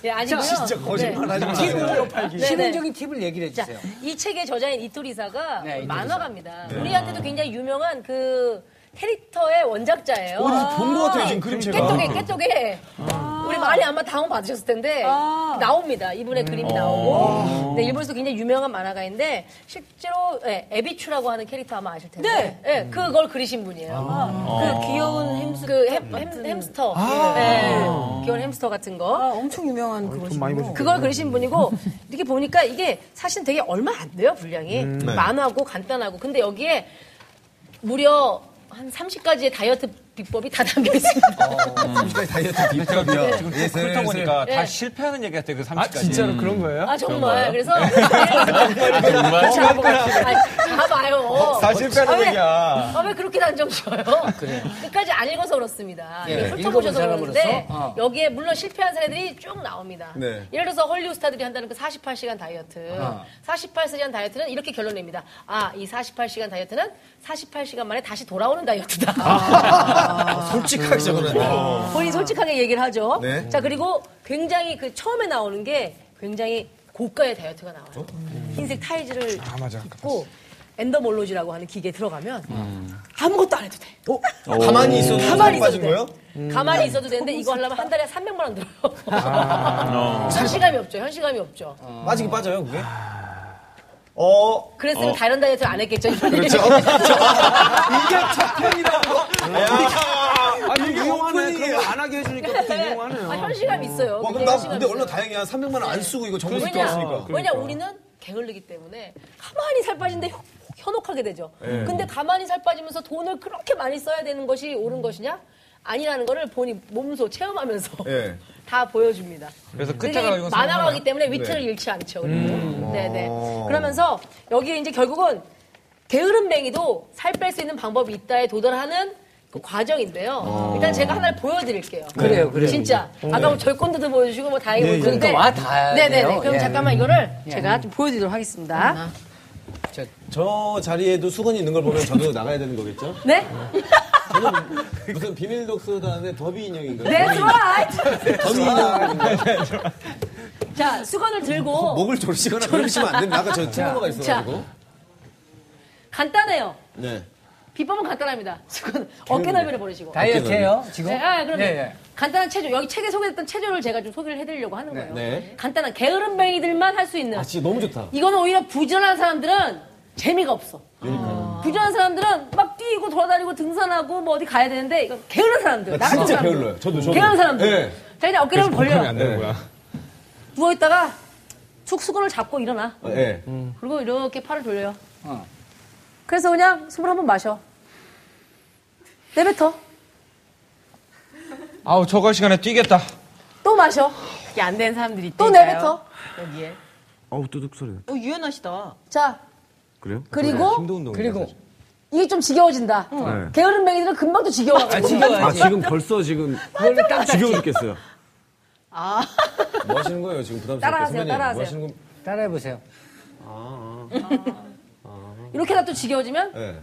예, 아니고요. 네,
진짜 거짓말 하지 마세요. 팁을, 실용적인 팁을 얘기를
자,
해주세요.
이 책의 저자인 이토리사가
네, 이토리사.
만화가입니다. 우리한테도 굉장히 유명한 그 캐릭터의 원작자예요.
본것 같아요, 지금 그림체가.
깨똑에, 깨똑에. 우리 많이 아마 다운받으셨을 텐데, 나옵니다. 이분의 그림이 나오고. 네, 일본에서 굉장히 유명한 만화가인데, 실제로, 예, 에비추라고 하는 캐릭터 아마 아실 텐데.
네.
예, 그걸 그리신 분이에요. 어.
그 귀여운 햄스
그 햄, 햄, 햄스터. 예, 귀여운 햄스터 같은 거.
아, 엄청
어,
유명한 그것이
많이 보셨
그걸 그리신 분이고 이렇게 보니까 이게 사실 되게 얼마 안 돼요 분량이 많하고 간단하고 근데 여기에 무려 한 30가지의 다이어트 비법이 다 담겨 있습니다.
다이어트 비법이요.
음. 네, 지금
예,
그렇다 보니까
예.
다 실패하는 얘기 같아요. 그 30까지.
아, 진짜로 그런 거예요?
아 정말 그래서 정말 다 봐요.
사실 빼는
아,
얘기야.
왜, 아, 왜 아, 그렇게 단정 지어요? 끝까지 안 읽어서 그렇습니다.
예,
이게
읽어본
훑어보셔서
사람으로서,
그러는데
어.
여기에 물론 실패한 사례들이 쭉 나옵니다.
네.
예를 들어서 헐리우드 스타들이 한다는 그 48시간 다이어트. 48시간 다이어트는 이렇게 결론 냅니다. 아, 이 48시간 다이어트는 48시간 만에 다시 돌아오는 다이어트다.
아, 솔직하게 적어놨네.
아,
아.
본인 솔직하게 얘기를 하죠.
네.
자, 그리고 굉장히 그 처음에 나오는 게 굉장히 고가의 다이어트가 나와요.
음.
흰색 타이즈를 입고 엔더몰로지라고 하는 기계에 들어가면
음.
아무것도 안 해도 돼.
가만히 있어도
가만히
살
있어도
빠진
돼.
거예요? 음.
가만히 있어도 되는데 이거 하려면 한 달에 300만 원
아.
들어요. 현실감이 없죠. 현실감이 없죠.
빠지긴 빠져요, 그게? 어, 그렇죠.
그랬으면 다른 다이어트를 안 했겠죠. 이분이.
야,
아, 이게
이용하네.
오프닝이에요.
그럼 안 하게 해주니까 또 이용하네요.
아, 현실감 있어요.
와, 뭐, 그럼
굉장히
나
현실감
근데
있어요.
얼마나 다행이야. 300만 원 안 쓰고 이거 정보
왜냐,
시켰으니까. 그러니까.
왜냐 우리는 게을르기 때문에 가만히 살 빠진데 효- 현혹하게 되죠.
네.
근데 가만히 살 빠지면서 돈을 그렇게 많이 써야 되는 것이 옳은 것이냐? 아니라는 거를 본인 몸소 체험하면서
예.
다 보여줍니다.
그래서 끝에
되게
가지고
네.
네.
만화가기 때문에
네.
위트를 잃지 않죠.
음.
그리고. 네네.
어.
그러면서 여기에 이제 결국은 게으름뱅이도 살 뺄 수 있는 방법이 있다에 도달하는 그 과정인데요. 일단 제가 하나를 보여드릴게요.
어. 네. 그래요, 네. 그래요.
진짜. 아까 뭐 절권도도 보여주시고 뭐 다행히 보여주는데.
그러니까 와 닿아야
네네네.
돼요.
그럼
예.
잠깐만 이거를 제가 좀 보여드리도록 하겠습니다.
저 자리에도 수건이 있는 걸 보면 저도 나가야 되는 거겠죠?
네?
무슨 비밀 독서도 하는데 더비 인형인가요?
네, 좋아.
더비 인형.
네,
자, 수건을 들고.
목을 조르시거나 그러시면 안 됩니다. 아까 저 트라우마가 있어가지고.
간단해요.
네.
비법은 간단합니다. 수건 어깨 넓이를 버리시고.
다이어트예요 지금?
네, 아, 그럼요.
예, 예.
간단한 체조. 여기 책에 소개됐던 체조를 제가 좀 소개를 해드리려고 하는 거예요.
네.
간단한 게으름뱅이들만 할 수 있는.
아, 진짜 너무 좋다.
이거는 오히려 부지런한 사람들은 재미가 없어.
아.
부지런한 사람들은 막 뛰고 돌아다니고 등산하고 뭐 어디 가야 되는데 이거 게으른 사람들. 나
아, 진짜 게을러요. 저도, 저도.
게으른 사람들.
네.
자 이제 어깨를 한번 벌려요.
되는 거야.
누워 있다가 툭 수건을 잡고 일어나.
예. 네.
그리고 이렇게 팔을 돌려요.
어.
그래서 그냥 숨을 한 번 마셔. 내뱉어.
아우, 저거 시간에 뛰겠다.
또 마셔.
이게 안 되는 사람들이
또
있다니까요.
내뱉어.
여기에.
어우, 뚜둑 소리 나.
어, 유연하시다.
자.
그래요?
그리고
힘도 운동.
그리고
이게 좀 지겨워진다.
네.
게으름뱅이들은 금방 또 지겨워가지고.
아, 지금 벌써 지금.
아,
지겨워 죽겠어요.
아.
뭐 하시는 거예요, 지금 부담스럽게.
따라하세요,
선배님,
따라하세요.
뭐 하시는 거.
따라해 보세요.
이렇게 다또 지겨워지면
예. 네.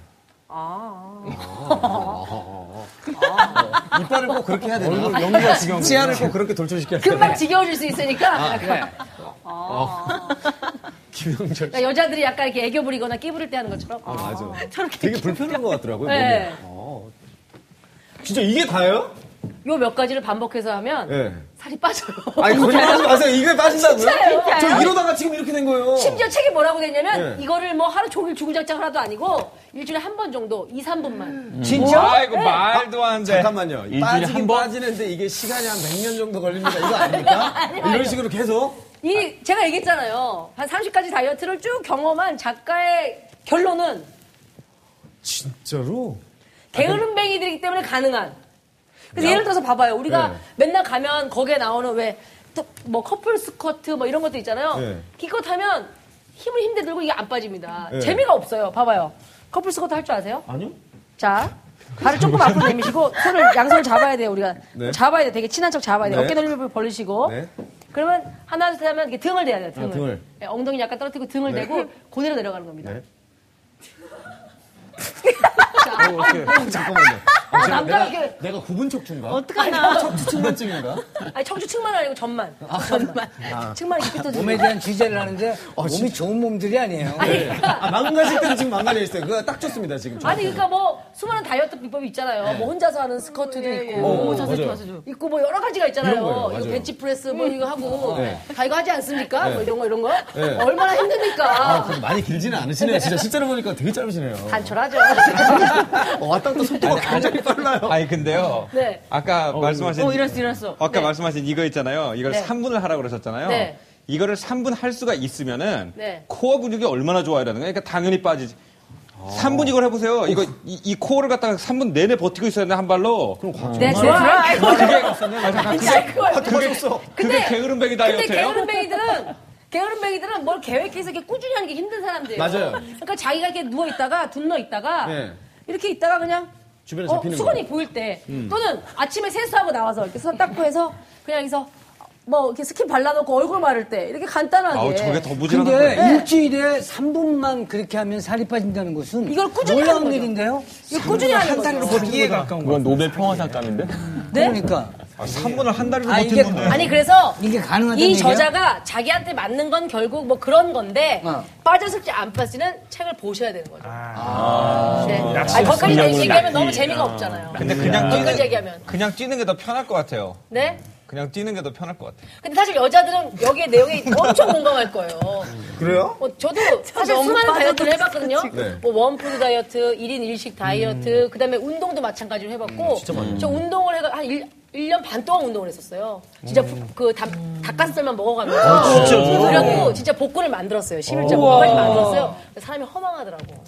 어,
아. 이빨을 꼭 그렇게 해야 되나?
연기가 지금
치아를 꼭 그렇게 돌출시켜야 돼.
금방 지겨워질 수
아,
있으니까.
네.
어.
어.
김영철.
그러니까 여자들이 약간 이렇게 애교 부리거나 끼 부릴 때 하는 것처럼. 어.
아, 맞아. 되게 불편한 것 같더라고요.
네.
몸이. 어, 진짜 이게 다예요?
요 몇 가지를 반복해서 하면
예.
살이 빠져요.
아니, 거짓말하지 마세요. 이게 빠진다고요?
진짜예요?
저 이러다가 지금 이렇게 된 거예요.
심지어 책이 뭐라고 되냐면
네.
이거를 뭐 하루 종일 주구장창 하나도 아니고 일주일에 한 번 정도 2,
음.
3분만.
아이고,
네.
말도 안 돼.
잠깐만요. 빠지긴 빠지는데 이게 시간이 한 100년 정도 걸립니다. 이거 아닙니까? 이런 식으로 계속?
이 제가 얘기했잖아요. 한 30가지 다이어트를 쭉 경험한 작가의 결론은
진짜로?
게으름뱅이들이기 때문에 가능한. 그래서 예를 들어서 봐봐요. 우리가
네.
맨날 가면 거기에 나오는 왜, 또 뭐 커플 스쿼트 뭐 이런 것도 있잖아요.
네.
기껏 하면 힘을 힘대 들고 이게 안 빠집니다.
네.
재미가 없어요. 봐봐요. 커플 스쿼트 할 줄 아세요?
아니요?
자. 발을 조금 앞으로 내미시고 손을 양손을 잡아야 돼요 우리가
네.
잡아야 돼 되게 친한 척 잡아야 돼요
네.
어깨 넓이 벌리시고
네.
그러면 하나 둘셋 하면 이렇게 등을 대야 돼요 등을,
아, 등을.
네, 엉덩이 약간 떨어뜨리고 등을
네.
대고 고내로 내려가는 겁니다
네.
자,
어, 어떻게. 아, 잠깐만요.
아,
제가-
남자가
내가,
이렇게-
내가 구분 척추인가?
어떡하나.
척추 측만증인가?
아니 청주 측만 아니고 전만 전만
아.
측만 이렇게 펴
몸에 대한 주제를 하는데 몸이 좋은 몸들이 아니에요. 네.
아니, 그러니까.
아, 망가질 때는 지금 망가져 있어요. 그거 딱 좋습니다, 지금.
아니 그러니까 뭐 수많은 다이어트 비법이 있잖아요. 뭐 혼자서 하는
예,
스쿼트도 있고,
오, 오, 자세 좀 네. 어, 맞아요.
있고 뭐 여러 가지가 있잖아요.
이런 거예요,
이거
맞아요.
벤치 프레스 뭐 이거 하고
네.
다 이거 하지 않습니까?
네.
뭐 이런 거 이런 거
네.
얼마나 힘듭니까?
아, 그럼 많이 길지는 않으시네요. 진짜 실제로 보니까 되게 짧으시네요.
단촐하죠.
어,
아,
왔다 갔다 속도가 굉장히 빨라요.
아니 근데요.
네.
아까 말씀하신
어, 이랬어, 이랬어.
아까
네.
말씀하신 이거 있잖아요. 이걸
네.
3분을 하라고 그러셨잖아요.
네.
이거를 3분 할 수가 있으면은
네.
코어 근육이 얼마나 좋아요라는 거예요. 그러니까 당연히 빠지지. 3분 이걸 해보세요. 이거 이, 이 코어를 갖다가 3분 내내 버티고 있어야 되나 한 발로.
네,
정말.
좋아요. 아이고.
아, 잠깐,
진짜 그걸
그게 그게 게으름뱅이
근데
다이어트예요?
게으름뱅이들은 게으름뱅이들은 뭘 계획해서 이렇게 꾸준히 하는 게 힘든 사람들이에요.
맞아요.
그러니까 자기가 이렇게 누워 있다가 둔러 있다가
네.
이렇게 있다가 그냥
주변에
어,
잡히는
수건이
거.
보일 때
음.
또는 아침에 세수하고 나와서 이렇게 손 닦고 해서 그냥 여기서 뭐 이렇게 스킨 발라놓고 얼굴 마를 때 이렇게 간단하게
아우 저게 더 무지한
예. 근데
거예요.
일주일에 3분만 그렇게 하면 살이 빠진다는 것은
이걸 꾸준히
놀라운
하는 거죠.
일인데요.
이거 꾸준히 하는
한 달로
거죠.
버티는 거다.
그건 노벨 평화상감인데?
네?
그러니까
3분을 한 달을
아,
버틴
이게-
건데.
아니 그래서
이게 가능하다는
이
얘기예요?
저자가 자기한테 맞는 건 결국 뭐 그런 건데
어.
빠졌을지 안 빠지는 책을 보셔야 되는 거죠.
아.
아,
네.
낚시.
아니, 거기까지
그냥
얘기하면
낚시.
너무 재미가 없잖아요. 네.
근데 그냥
거기까지
뛰는
얘기하면.
그냥 뛰는 게 더 편할 것 같아요.
네?
그냥 뛰는 게 더 편할 것 같아요.
근데 사실 여자들은 여기에 내용에 엄청 공감할 거예요.
음.
그래요?
어, 저도 사실
너무
수많은
빠져들었어,
다이어트를 해봤거든요.
지금.
뭐 원푸드 다이어트, 1인 1식 다이어트, 그다음에 운동도 마찬가지로
음,
해봤고 저 운동을 해가 한 일, 1년 반 동안 운동을 했었어요. 진짜
음.
부- 그 닭,
아,
닭가슴살만 먹어가면서 그리고 진짜 복근을 만들었어요. 11자 복근까지 만들었어요. 근데 사람이 허망하더라고.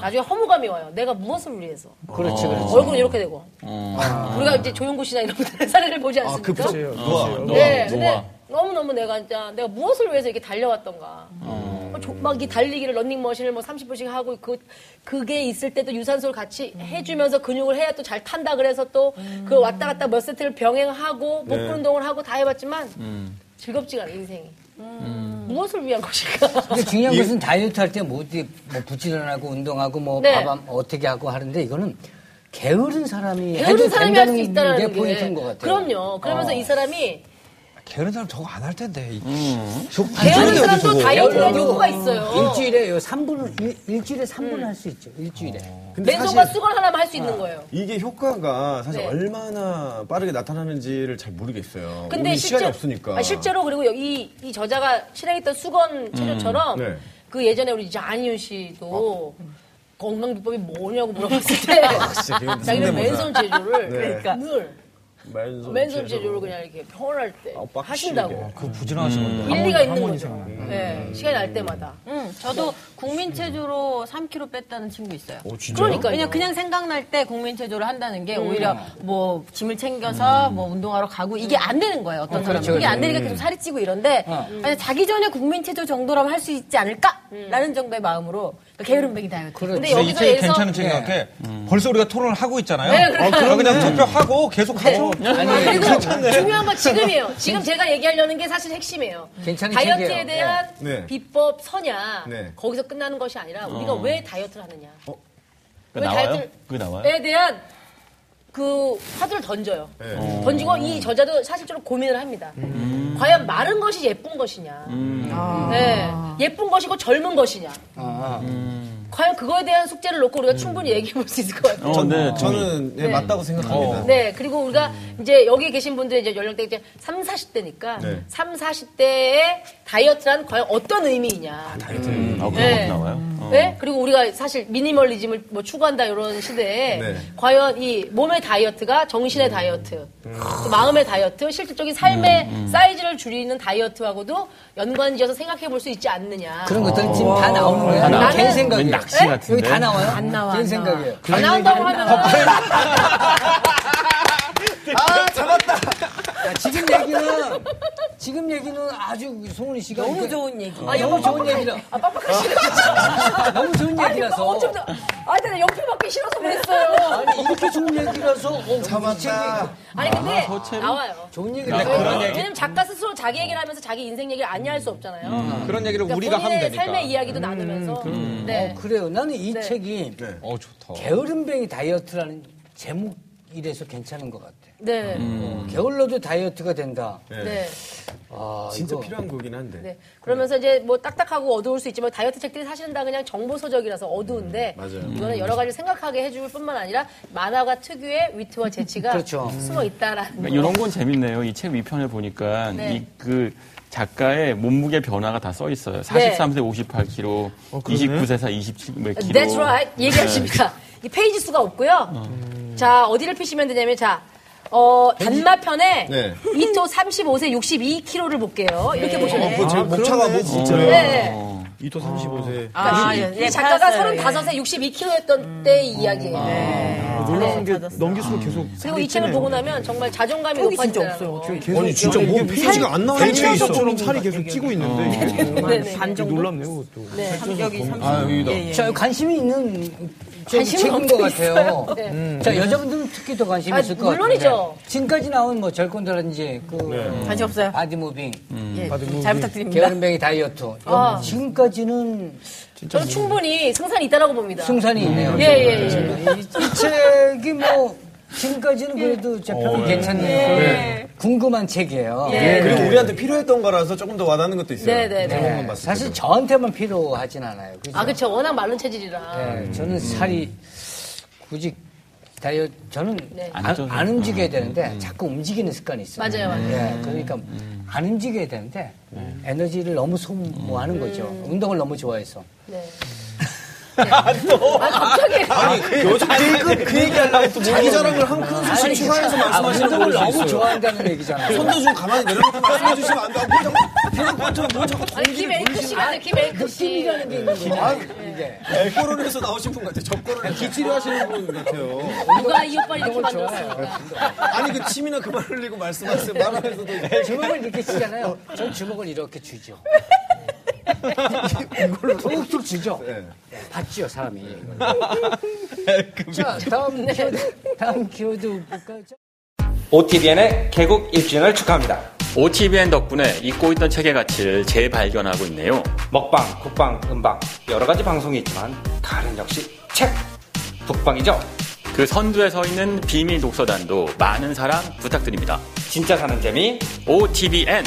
나중에 허무감이 와요. 내가 무엇을 위해서 어,
그렇지, 그렇지.
얼굴 이렇게 되고
아.
어.
우리가 이제 조용구 씨나 이런 분들의 사례를 보지
아, 그
않습니까?
노아, 노아,
네, 근데
노아.
너무너무 내가 진짜 내가 무엇을 위해서 이렇게 달려왔던가. 뭐 막 이 달리기를 런닝머신을 뭐 30분씩 하고 그 그게 있을 때 또 유산소를 같이 해주면서 근육을 해야 또 잘 탄다 그래서 또 그 왔다 갔다 몇
네.
세트를 병행하고 복근 운동을 하고 다 해봤지만
음,
즐겁지가 않아 인생이
음.
무엇을 위한 것일까?
근데 중요한 것은 다이어트 할 때뭐 뭐 부지런하고 운동하고 뭐
네.
밥 어떻게 하고 하는데 이거는 게으른 사람이
게으른
해도
사람이 할 수
된다는
있다라는
게
게
포인트인 것 같아요.
그럼요. 그러면서 이 사람이
게으른 사람 저거 안 할 텐데. 이-
게으른 사람도 다이어트할
게으르고
요구가 있어요. 음.
일주일에 요 3분을 일, 일주일에 3분을 할 수 있죠. 일주일에.
맨손과 수건 하나만 할 수
아.
있는 거예요.
어. 이게 효과가 사실
네.
얼마나 빠르게 나타나는지를 잘 모르겠어요.
근데
우리 시간이
실제-
없으니까.
아, 실제로 그리고 이, 이 저자가 실행했던 수건 체조처럼
네. 아, 음.
그 예전에 우리 이제 안희윤 씨도 건강 비법이 뭐냐고 물어봤을 때
진짜 이건
자기는
성대모사.
맨손 체조를
네.
그러니까 늘
맨손,
맨손 체조를 그냥 이렇게 편할 때
아, 빡치게.
하신다고 음.
그 부지런하신 건데.
일리가 있는 거죠. 네, 시간이 날 때마다.
응, 저도 국민체조로 3kg 뺐다는 친구 있어요.
오, 진짜요?
그러니까
그냥 그냥 생각날 때 국민체조를 한다는
음.
게 오히려 뭐 짐을 챙겨서 뭐 운동하러 가고
음.
이게 안 되는 거예요 어떤 사람은 이게 안 되니까 계속 살이 찌고 이런데 아니, 자기 전에 국민체조 정도라면 할 수 있지 않을까라는 정도의 마음으로 그러니까 게으름뱅이 다이어트
근데
그렇죠. 근데
여기서
이게
예를 들어
괜찮은 책인
네.
게 벌써 우리가 토론을 하고 있잖아요.
네, 그러니까요.
그냥 투표하고 계속 하죠.
그리고 중요한 건 지금이에요. 지금 제가 얘기하려는 게 사실 핵심이에요.
괜찮은
다이어트에
책이에요.
대한
네. 네.
비법 서냐
네.
거기서 끝나는 것이 아니라 우리가 왜 다이어트를 하느냐
그거
왜 네,
나와요?
다이어트를-
그거 나와요?
에 대한 그 화두를 던져요.
네.
어.
던지고 이 저자도 사실적으로 고민을 합니다. 과연 마른 것이 예쁜 것이냐,
음.
네.
아.
예쁜 것이고 젊은 것이냐.
아,
과연 그거에 대한 숙제를 놓고 우리가 충분히 얘기해 볼 수 있을 것 같아요.
어, 네.
저는 예, 맞다고 생각합니다.
네, 그리고 우리가 이제 여기 계신 분들 이제 연령대 이제 3, 40대니까
네.
3, 40대의 다이어트란 과연 어떤 의미이냐.
음, 아, 그런
네.
것도 나와요? 어.
네? 그리고 우리가 사실 미니멀리즘을 뭐 추구한다 이런 시대에
네.
과연 이 몸의 다이어트가 정신의 다이어트, 또 마음의 다이어트, 실질적인 삶의 사이즈를 줄이는 다이어트하고도 연관지어서 생각해 볼 수 있지 않느냐.
그런 것들 지금 다 나오는 거예요.
나와요.
개인 생각이에요. 네?
왠 낚시 같은데?
여기 다 나와요?
안 나와, 안 나와.
개인 생각이에요. 아,
안 나온다고 하면
아, 잡았다!
야, 지금 얘기는 지금 얘기는 아주 송은이 씨가
너무
이게-
좋은 얘기.
아, 너무
그러니까.
좋은 얘기라. 아, 빡빡하시네. 너무 좋은
뭐
얘기라서.
어쩜 나- 아, 근데 연필 받기 싫어서 그랬어요.
아니 이렇게 좋은 얘기라서 어, 잡았다.
아니 근데 나와요.
좋은 얘기라.
네,
그런
왜냐면 작가 스스로 자기 얘기를 하면서 자기 인생 얘기를 안이할 수 없잖아요.
음.
그런 얘기를
그러니까
우리가 하면
본인의
되니까.
삶의 이야기도 나누면서. 네.
어, 그래요. 나는 이
네.
책이
어 좋다.
게으름뱅이 다이어트라는 제목 이래서 괜찮은 것 같아.
네.
어, 게을러도 다이어트가 된다.
네.
아,
진짜
이거.
필요한 곡이긴 한데.
네. 그러면서 이제 뭐 딱딱하고 어두울 수 있지만 다이어트 책들이 사실은 다 그냥 정보 서적이라서 어두운데 이거는 여러 가지를 생각하게 해줄 뿐만 아니라 만화가 특유의 위트와 재치가
그렇죠.
숨어 있다라는 거.
그러니까 이런 건 재밌네요. 이 책 위편을 보니까
네.
이 그 작가의 몸무게 변화가 다 써 있어요.
네.
43세 58kg, 29세서 27몇 kg.
That's right.
네.
얘기하십니다. 이 페이지 수가 없고요. 자, 어디를 피시면 되냐면, 자, 어, 단마편에
네.
이토 35세 62kg를 볼게요.
네.
이렇게 보시면 돼요.
제 목차가 진짜.
네. 네.
이토 35세.
아, 예.
네,
이 작가가
봤어요, 예.
35세 62kg였던
음.
때의 이야기예요. 네.
아.
아, 놀라운 게 넘길수록 계속
아, 그리고 이 책을 보고 나면 정말 자존감이
속이 진짜
높아지더라고요.
계속
아니, 진짜 뭐 페이지가 안 나오는 책이 있어.
대체적처럼 살이 계속 찌고
어,
있는데
네네.
이게 놀랍네요 그것도.
네.
감격이 삼
아, 여기다.
자, 관심이 있는
예, 관심은
책인 것 같아요. 음.
네.
자, 여자분들은 특히 더 관심이
아,
있을 것 같아요.
물론이죠.
지금까지 나온 뭐 절권도라든지 그
네.
관심 없어요.
바디무빙,
음.
예. 잘 부탁드립니다.
게으름뱅이 다이어트.
아.
지금까지는
저는 충분히 승산이 있다라고 봅니다.
승산이 있네요.
예, 예, 예.
이, 이 책이 뭐 지금까지는 그래도
어,
제 평이 괜찮네요.
예.
그 궁금한 책이에요.
예.
예.
그리고 우리한테 필요했던 거라서 조금 더 와닿는 것도 있어요.
네, 네, 네.
그런 것만 봤을 때.
사실 저한테만 필요하진 않아요. 그죠?
아, 그쵸. 워낙 마른 체질이라.
네, 저는 살이 굳이 다이어트 저는
네.
안,
쪄서.
안
음,
움직여야 되는데 자꾸 움직이는 습관이 있어요.
맞아요, 맞아요.
예, 그러니까 안 움직여야 되는데
음.
에너지를 너무
음.
소모하는 거죠. 운동을 너무 좋아해서.
네.
네.
아, 갑자기.
요즘 그, 그 얘기하려고 또 자기 자랑을 한 큰 소식 추가해서 말씀하시는
아, 운동을
분도
너무
있어요.
좋아한다는 얘기잖아요.
손도 좀 가만히 내려놓고 말씀해 주시면 안 돼요. 그냥 권투 뭐 자꾸
아니, 김에이크 씨가 아니라 김에이크 씨.
느낌이라는 게 있는
아,
거죠. 이게
거를 해서 아, 네, 나오신 분 같아요. 적거를 해서. 네. 기치료 하시는 분 같아요.
누가 이 오빠를 이렇게 만들었을까.
아니 그 침이나 그만 흘리고 말씀하세요. 말하면서도 어,
주먹을 이렇게 치잖아요. 전 주먹을 이렇게 주죠. 이걸로 툭툭 주죠.
예.
봤죠 사람이.
네, 그
이걸. 자 다음 키워드 다음 키워드 볼까요?
OTBN의 개국 1주년을 축하합니다.
OTBN 덕분에 잊고 있던 책의 가치를 재발견하고 있네요.
먹방, 국방, 음방 여러 가지 방송이 있지만 가는 역시 책 북방이죠.
그 선두에 서 있는 비밀 독서단도 많은 사랑 부탁드립니다.
진짜 사는 재미
OTBN